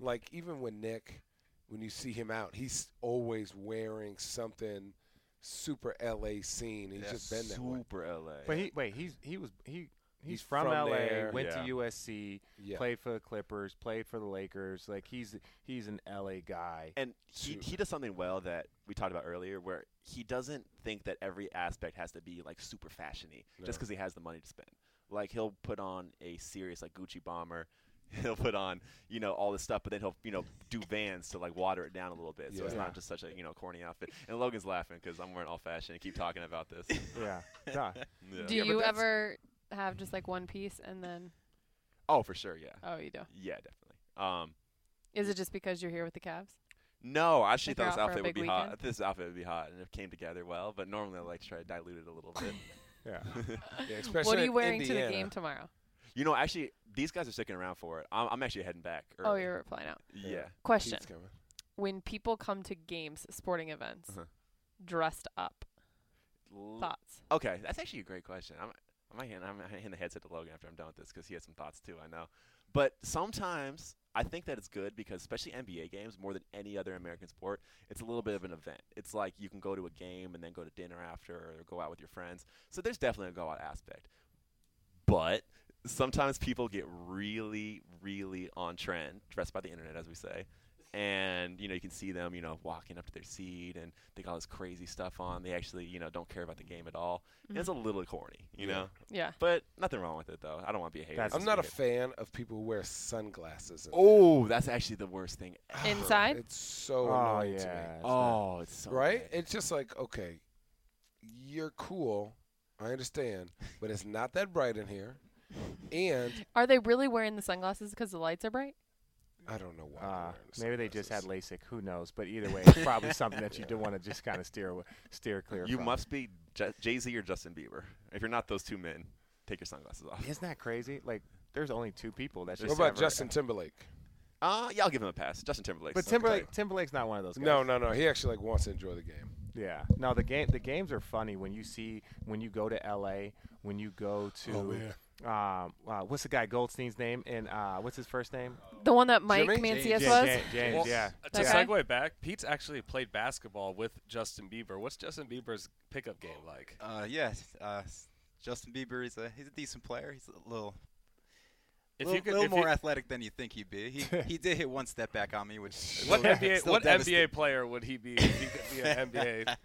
Speaker 3: Like even when Nick, when you see him out, he's always wearing something super LA scene. He's just been that way.
Speaker 6: Super LA.
Speaker 4: But he wait, he's he was he he's,
Speaker 3: He's
Speaker 4: from,
Speaker 3: from
Speaker 4: LA,
Speaker 3: there.
Speaker 4: went
Speaker 6: Yeah.
Speaker 4: to USC,
Speaker 3: Yeah.
Speaker 4: played for the Clippers, played for the Lakers. Like he's he's an LA guy.
Speaker 6: and he,
Speaker 3: Super.
Speaker 6: he does something well that we talked about earlier where he doesn't think that every aspect has to be like super fashiony y just because he has the money to spend like he'll put on a serious like gucci bomber he'll put on you know all this stuff but then he'll you know do vans to like water it down a little bit so it's
Speaker 3: Yeah.
Speaker 6: not just such a you know corny outfit and logan's laughing because i'm wearing all fashion and keep talking about this
Speaker 4: Yeah. yeah.
Speaker 6: Yeah.
Speaker 2: Do
Speaker 3: Yeah, but
Speaker 2: you
Speaker 3: that's-
Speaker 2: ever have just like one piece and then
Speaker 6: oh for sure yeah
Speaker 2: oh you do?
Speaker 6: yeah definitely um
Speaker 2: Is it just because you're here with the Cavs?
Speaker 6: no, I actually
Speaker 2: If you're
Speaker 6: thought this
Speaker 2: out for a
Speaker 6: outfit would be
Speaker 2: big
Speaker 6: hot.
Speaker 2: weekend?
Speaker 6: This outfit would be hot, and it came together well. But normally I like to try to dilute it a little bit.
Speaker 4: Yeah.
Speaker 3: Yeah, especially
Speaker 2: what are
Speaker 3: in
Speaker 2: you wearing to
Speaker 3: Indiana.
Speaker 2: the game tomorrow?
Speaker 6: You know, actually, these guys are sticking around for it. I'm, I'm actually heading back. Early.
Speaker 2: Oh, you're flying out.
Speaker 6: yeah.
Speaker 2: Question:
Speaker 3: Pete's coming.
Speaker 2: When people come to games, sporting events,
Speaker 6: Uh-huh.
Speaker 2: dressed up,
Speaker 6: L-
Speaker 2: thoughts?
Speaker 6: Okay, that's actually a great question. I'm, I might hand, I'm gonna hand the headset to Logan after I'm done with this because he has some thoughts too. I know, but sometimes I think that it's good because especially NBA games, more than any other American sport, it's a little bit of an event. It's like you can go to a game and then go to dinner after, or go out with your friends. So there's definitely a go out aspect, but. Sometimes people get really, really on trend, dressed by the internet, as we say, and you know you can see them you know walking up to their seat and they got all this crazy stuff on they actually you know don't care about the game at all And it's a
Speaker 2: Mm.
Speaker 6: little corny you know
Speaker 2: Yeah.
Speaker 6: but nothing wrong with it though i don't want to be a hater
Speaker 4: That's-
Speaker 3: I'm
Speaker 6: It's
Speaker 3: not a
Speaker 6: weird.
Speaker 3: fan of people who wear sunglasses. in-
Speaker 6: oh that's actually the worst thing ever.
Speaker 2: Inside?
Speaker 3: It's so
Speaker 4: Oh
Speaker 3: annoying
Speaker 4: yeah.
Speaker 3: to me.
Speaker 4: it's not-
Speaker 6: oh it's so
Speaker 3: right?
Speaker 6: bad.
Speaker 3: It's just like, okay, you're cool. I understand, but it's not that bright in here, and
Speaker 2: Are they really wearing the sunglasses because the lights are bright?
Speaker 3: I don't know why. they're
Speaker 4: Uh,
Speaker 3: wearing
Speaker 4: maybe they just had
Speaker 3: sunglasses.
Speaker 4: LASIK. Who knows? But either way, it's probably something that you do want to just kind of steer awa- steer clear.
Speaker 6: you
Speaker 4: from.
Speaker 6: must be J- jay-z or justin bieber if you're not those two men take your sunglasses off
Speaker 4: Isn't that crazy? Like, there's only two people that.
Speaker 3: What
Speaker 4: just
Speaker 3: about
Speaker 4: ever-
Speaker 3: Justin Timberlake?
Speaker 6: uh yeah i'll give him a pass justin timberlake
Speaker 4: But Timberlake, Timberlake's not one of those. Guys.
Speaker 3: No, no, no. He actually like wants to enjoy the game.
Speaker 4: Yeah. No, the game the games are funny when you see when you go to LA, when you go to
Speaker 3: man.
Speaker 4: um uh, what's the guy Goldstein's name and uh what's his first name?
Speaker 3: Oh.
Speaker 2: The one that Mike
Speaker 3: Jimmy?
Speaker 2: Mancius
Speaker 4: James,
Speaker 2: was.
Speaker 4: James, James,
Speaker 5: Well,
Speaker 4: yeah.
Speaker 5: To
Speaker 2: Okay.
Speaker 5: segue back, Pete's actually played basketball with Justin Bieber. What's Justin Bieber's pickup game like?
Speaker 8: Uh, yeah, uh, Justin Bieber is a he's a decent player. He's a little
Speaker 5: If
Speaker 8: little,
Speaker 5: you could,
Speaker 8: little
Speaker 5: if
Speaker 8: more
Speaker 5: you,
Speaker 8: athletic than you think he'd be. He he did hit one step back on me, which is
Speaker 5: what
Speaker 8: still-
Speaker 5: NBA,
Speaker 8: still
Speaker 5: what
Speaker 8: devastating.
Speaker 5: NBA player would he be? If he could be an NBA.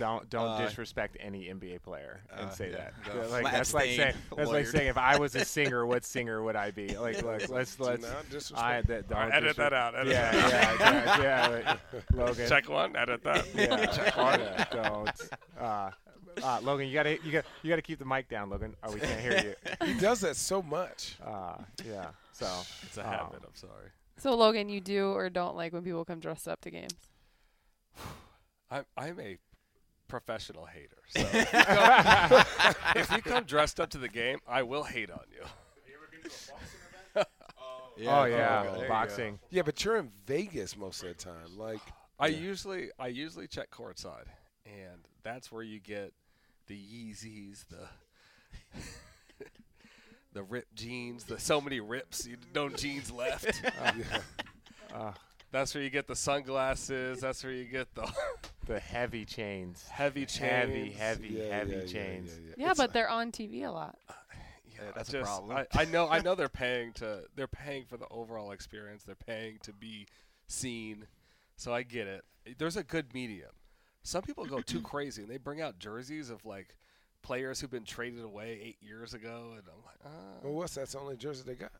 Speaker 4: Don't don't
Speaker 8: Uh,
Speaker 4: disrespect any NBA player and
Speaker 8: uh,
Speaker 4: say
Speaker 8: yeah.
Speaker 4: that.
Speaker 8: The
Speaker 4: like
Speaker 8: flat
Speaker 4: that's like
Speaker 8: stain
Speaker 4: saying that's like
Speaker 8: lawyered.
Speaker 4: saying if I was a singer, what singer would I be? Like look, let's
Speaker 3: Do
Speaker 4: let's
Speaker 3: not disrespect-
Speaker 4: I that don't
Speaker 5: edit that
Speaker 4: disre-
Speaker 5: out. Edit
Speaker 4: Yeah,
Speaker 5: that out.
Speaker 4: yeah, yeah, yeah, Logan.
Speaker 5: Check one. Edit that.
Speaker 4: Yeah, yeah, don't. Uh, uh, Logan, you gotta you got you gotta keep the mic down, Logan, or we can't hear you.
Speaker 3: He does that so much.
Speaker 4: Uh, yeah. So
Speaker 5: It's a habit. I'm sorry.
Speaker 2: So Logan, you do or don't like when people come dressed up to games?
Speaker 5: I'm I'm a professional hater. So if, you come, if you come dressed up to the game, I will hate on you.
Speaker 4: oh yeah,
Speaker 8: okay.
Speaker 4: boxing.
Speaker 3: Yeah, but you're in Vegas most of the time. Like,
Speaker 5: I usually I usually check courtside, and that's where you get the Yeezys, the the ripped jeans, the so many rips, you no jeans left. That's where you get the sunglasses. That's where you get the
Speaker 4: The heavy chains.
Speaker 5: heavy chains.
Speaker 4: Heavy, heavy,
Speaker 3: yeah, yeah,
Speaker 4: heavy
Speaker 3: yeah, yeah,
Speaker 4: chains.
Speaker 3: yeah, yeah.
Speaker 2: Yeah, but they're on TV a lot.
Speaker 5: Yeah,
Speaker 8: Yeah,
Speaker 5: I
Speaker 8: that's a
Speaker 5: Uh, just,
Speaker 8: problem.
Speaker 5: I, I know. I know they're paying to. They're paying for the overall experience. They're paying to be seen. So I get it. There's a good medium. Some people go too crazy and they bring out jerseys of like players who've been traded away eight years ago, and I'm like, uh,
Speaker 3: Well, what's that's the only jersey they got?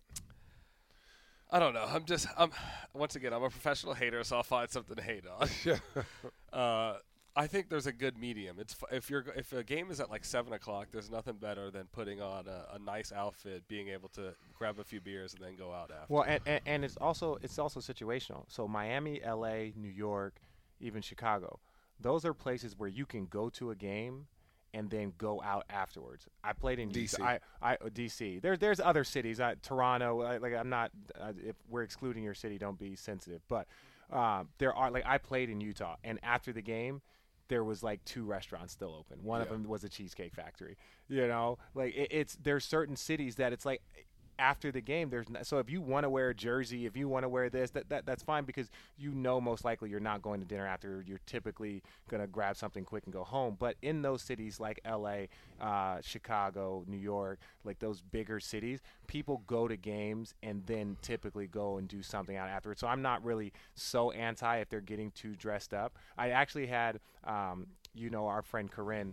Speaker 5: I don't know. I'm just. I'm once again. I'm a professional hater, so I'll find something to hate on. uh, I think there's a good medium. It's f- if you're if a game is at like seven o'clock, there's nothing better than putting on a, a nice outfit, being able to grab a few beers, and then go out after.
Speaker 4: Well, and, and, and it's also it's also situational. So Miami, L.A., New York, even Chicago, those are places where you can go to a game and then go out afterwards. I played in
Speaker 3: DC.
Speaker 4: I, I uh, DC. There's there's other cities. I, Toronto. I, like I'm not. Uh, if we're excluding your city, don't be sensitive. But um, there are like I played in Utah, and after the game. There was like two restaurants still open. One of them was a cheesecake factory. You know, like it, it's there's certain cities that it's like after the game there's no, so if you want to wear a jersey if you want to wear this that, that that's fine because you know most likely you're not going to dinner after you're typically going to grab something quick and go home but in those cities like la uh, chicago new york like those bigger cities people go to games and then typically go and do something out afterwards so i'm not really so anti if they're getting too dressed up i actually had um, you know our friend corinne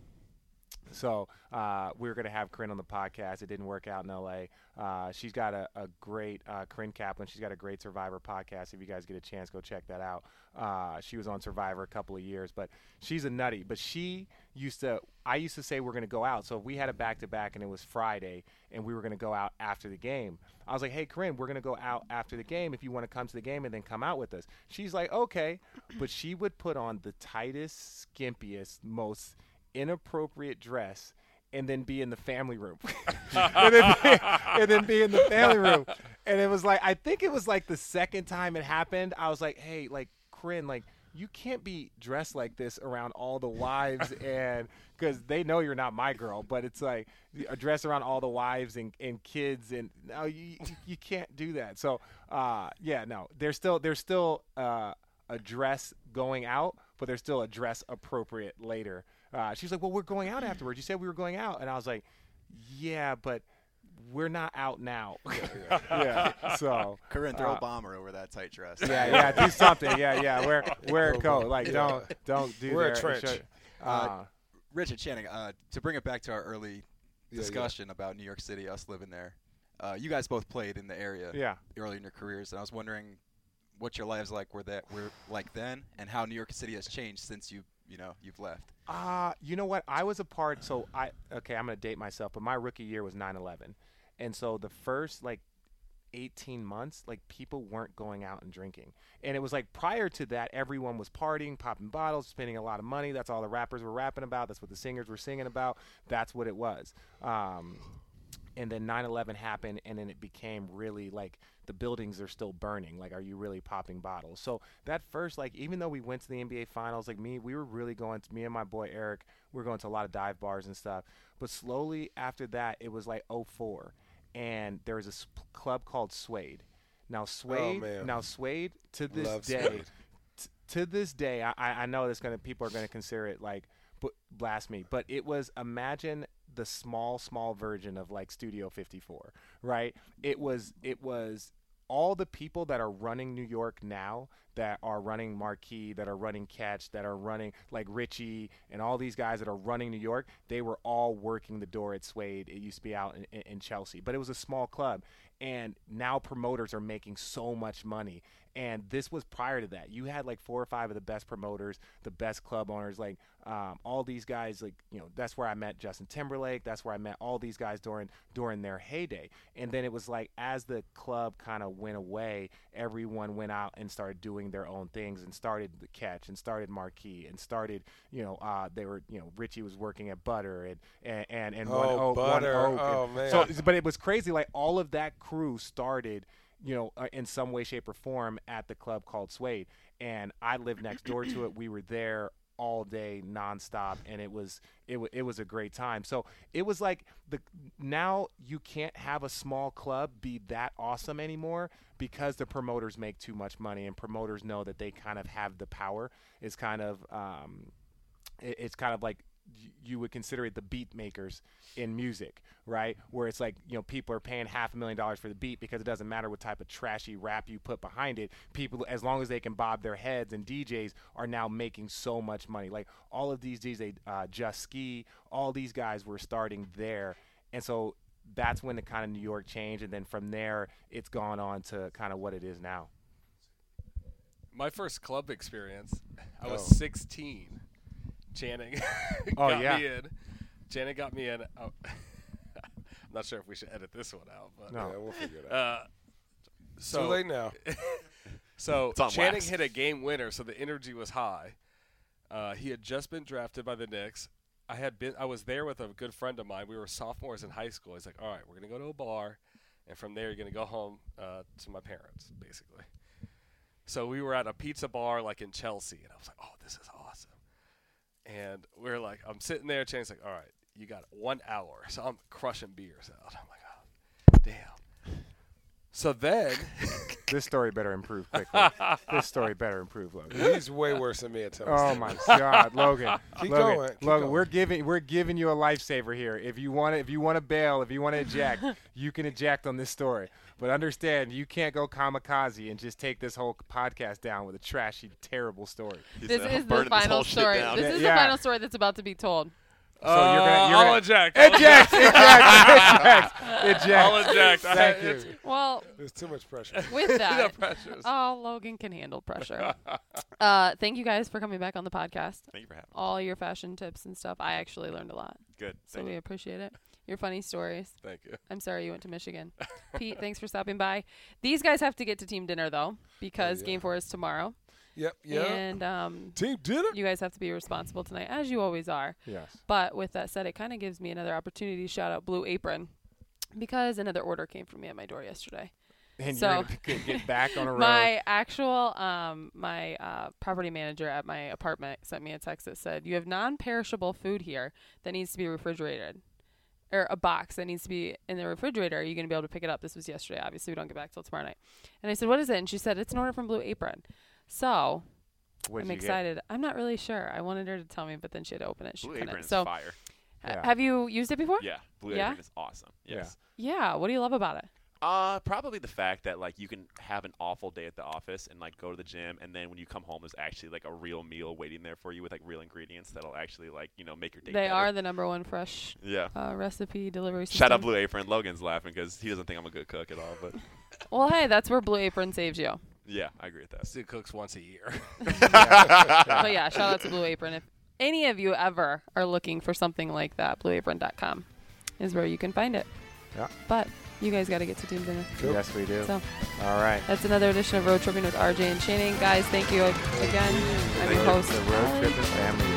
Speaker 4: so uh, we were going to have Corinne on the podcast. It didn't work out in LA. Uh, she's got a, a great uh, Corinne Kaplan. She's got a great Survivor podcast. If you guys get a chance, go check that out. Uh, she was on Survivor a couple of years, but she's a nutty. But she used to. I used to say we're going to go out. So if we had a back to back and it was Friday and we were going to go out after the game, I was like, hey, Corinne, we're going to go out after the game if you want to come to the game and then come out with us. She's like, okay. But she would put on the tightest, skimpiest, most inappropriate dress and then be in the family room and, then be, and then be in the family room and it was like i think it was like the second time it happened i was like hey like corinne like you can't be dressed like this around all the wives and because they know you're not my girl but it's like a dress around all the wives and, and kids and no you, you- you can't do that so uh yeah no there's still there's still uh a dress going out, but there's still a dress appropriate later. Uh, she's like, "Well, we're going out afterwards. You said we were going out," and I was like, "Yeah, but we're not out now." yeah, So
Speaker 8: Corinne, throw
Speaker 4: Uh,
Speaker 8: a bomber over that tight dress.
Speaker 4: yeah, yeah, do something. Yeah, yeah. Wear wear a coat. Like
Speaker 3: Yeah.
Speaker 4: don't don't do
Speaker 3: Wear a
Speaker 4: their-
Speaker 3: trench.
Speaker 4: show-
Speaker 8: Uh,
Speaker 4: Uh,
Speaker 8: Richard Channing, uh, to bring it back to our early
Speaker 3: Yeah, yeah.
Speaker 8: discussion about New York City, us living there. Uh, you guys both played in the area
Speaker 4: yeah.
Speaker 8: early in your careers, and I was wondering what your lives like were that were like then, and how New York City has changed since you you know you've left.
Speaker 4: Uh, you know what? I was a part. So I okay, I'm gonna date myself, but my rookie year was 9/11, and so the first like 18 months, like people weren't going out and drinking, and it was like prior to that, everyone was partying, popping bottles, spending a lot of money. That's all the rappers were rapping about. That's what the singers were singing about. That's what it was. Um, and then 9-11 happened and then it became really like the buildings are still burning like are you really popping bottles so that first like even though we went to the nba finals like me we were really going to me and my boy eric we were going to a lot of dive bars and stuff but slowly after that it was like 04 and there was a s- club called suede now suede
Speaker 3: man.
Speaker 4: now suede to this
Speaker 3: Love
Speaker 4: day
Speaker 3: Suede.
Speaker 4: t- to this day, I, I I know this gonna people are gonna consider it like b- blasphemy, but it was imagine the small small version of like Studio 54, right? It was it was all the people that are running New York now, that are running Marquee, that are running Catch, that are running like Richie and all these guys that are running New York, they were all working the door at Suede. It used to be out in, in- in Chelsea, but it was a small club. And now promoters are making so much money and this was prior to that. You had like four or five of the best promoters, the best club owners, like um, all these guys. Like you know, that's where I met Justin Timberlake. That's where I met all these guys during during their heyday. And then it was like as the club kind of went away, everyone went out and started doing doing their own things and started the catch and started marquee and started you know uh, they were you know richie was working at butter and and and, and one
Speaker 3: Oh,
Speaker 4: Oak- one
Speaker 3: Butter.
Speaker 4: Oak. And
Speaker 3: Oh, man.
Speaker 4: so but it was crazy like all of that crew started you know uh, in some way shape or form at the club called suede and i lived next door to it we were there all day nonstop and it was it, w- it was a great time so it was like the now you can't have a small club be that awesome anymore because the promoters make too much money and promoters know that they kind of have the power is kind of um, it, it's kind of like y- you would consider it the beat makers in music, right? Where it's like, you know, people are paying half a million dollars for the beat because it doesn't matter what type of trashy rap you put behind it. People, as long as they can bob their heads, and DJs are now making so much money. Like all of these DJs, uh, Just Ski, all these guys were starting there. And so that's when the kind of New York changed. And then from there, it's gone on to kind of what it is now.
Speaker 5: My first club experience, I was
Speaker 3: Oh.
Speaker 5: 16. Janet
Speaker 4: Oh,
Speaker 5: got
Speaker 4: yeah.
Speaker 5: me in. Janet got me in. Oh, I'm not sure if we should edit this one out, but
Speaker 4: No.
Speaker 3: Yeah, we'll figure it out.
Speaker 5: uh, so
Speaker 3: Too late now.
Speaker 5: So
Speaker 6: It's on
Speaker 5: Channing
Speaker 6: wax.
Speaker 5: hit a game winner, so the energy was high. Uh, he had just been drafted by the Knicks. I had been I was there with a good friend of mine. We were sophomores in high school. He's like, "All right, we're gonna go to a bar, and from there you're gonna go home uh, to my parents, basically." So we were at a pizza bar like in Chelsea, and I was like, "Oh, this is awesome." And we're like, I'm sitting there. Channing's like, "All right, you got one hour." So I'm crushing beers out. I'm like, "Oh, damn." So then.
Speaker 4: This story better improve quickly. this story better improve, Logan.
Speaker 3: He's way worse than me at times.
Speaker 4: Oh my God, Logan!
Speaker 3: Keep
Speaker 4: Logan,
Speaker 3: going, keep
Speaker 4: Logan,
Speaker 3: going.
Speaker 4: we're giving we're giving you a lifesaver here. If you want to, if you want to bail, if you want to eject, you can eject on this story. But understand, you can't go kamikaze and just take this whole podcast down with a trashy, terrible story.
Speaker 6: He
Speaker 2: This
Speaker 6: said,
Speaker 2: is
Speaker 6: "I'm
Speaker 2: the
Speaker 6: uh, burning this
Speaker 2: final
Speaker 6: whole shit
Speaker 2: story.
Speaker 6: down."
Speaker 2: This is
Speaker 4: Yeah.
Speaker 2: the final story that's about to be told.
Speaker 4: So you're gonna, you're
Speaker 5: Uh, I'll
Speaker 4: gonna
Speaker 5: eject.
Speaker 4: eject, eject, eject,
Speaker 5: I'll
Speaker 4: eject.
Speaker 5: eject. I-
Speaker 4: Thank
Speaker 5: it's-
Speaker 4: you.
Speaker 2: Well,
Speaker 3: There's too much pressure.
Speaker 2: with
Speaker 5: the
Speaker 2: that,
Speaker 5: pressures.
Speaker 2: oh, Logan can handle pressure. uh, thank you guys for coming back on the podcast.
Speaker 6: Thank you for having me.
Speaker 2: All your fashion tips and stuff. I actually learned a lot,
Speaker 6: Good.
Speaker 2: so
Speaker 6: Thank
Speaker 2: we
Speaker 6: you.
Speaker 2: appreciate it. Your funny stories.
Speaker 5: Thank you.
Speaker 2: I'm sorry you went to Michigan. Pete, thanks for stopping by. These guys have to get to team dinner though, because
Speaker 3: yeah.
Speaker 2: game four is tomorrow,
Speaker 3: Yep, yeah.
Speaker 2: and um,
Speaker 3: Team dinner.
Speaker 2: you guys have to be responsible tonight, as you always are.
Speaker 4: Yes.
Speaker 2: But with that said, it kind of gives me another opportunity to shout out Blue Apron because another order came for me at my door yesterday.
Speaker 4: And
Speaker 2: So-
Speaker 4: you're gonna get- get back on a road.
Speaker 2: My actual um, my uh, property manager at my apartment sent me a text that said, "You have non-perishable food here that needs to be refrigerated." Or a box that needs to be in the refrigerator. Are you going to be able to pick it up? This was yesterday. Obviously, we don't get back till tomorrow night. And I said, "What is it?" And she said, "It's an order from Blue Apron." So
Speaker 4: What'd
Speaker 2: I'm
Speaker 4: you get?
Speaker 2: excited. I'm not really sure. I wanted her to tell me, but then she had to open it. She
Speaker 6: Blue
Speaker 2: couldn't.
Speaker 6: Apron is
Speaker 2: so,
Speaker 6: fire.
Speaker 2: ha-
Speaker 4: Yeah.
Speaker 2: have you used it before?
Speaker 6: Yeah, Blue
Speaker 2: Yeah?
Speaker 6: Apron is awesome.
Speaker 4: Yeah.
Speaker 6: Yes.
Speaker 2: Yeah. What do you love about it?
Speaker 6: Uh, probably the fact that like you can have an awful day at the office and like go to the gym, and then when you come home, there's actually like a real meal waiting there for you with like real ingredients that'll actually like you know make your day.
Speaker 2: They
Speaker 6: better.
Speaker 2: are the number one fresh
Speaker 6: Yeah.
Speaker 2: uh, recipe delivery system.
Speaker 6: Shout out Blue Apron. Logan's laughing because he doesn't think I'm a good cook at all, but
Speaker 2: Well, hey, that's where Blue Apron saves you.
Speaker 6: yeah, I agree with that.
Speaker 5: Stu cooks once a year.
Speaker 2: But yeah, shout out to Blue Apron. If any of you ever are looking for something like that, blueapron.com is where you can find it.
Speaker 4: Yeah.
Speaker 2: But you guys got to get to team dinner.
Speaker 4: Yes, we do.
Speaker 2: So
Speaker 4: All right.
Speaker 2: that's another edition of Road Tripping with RJ and Shannon. Guys, thank you again. I'm your host.
Speaker 4: The road trip is family.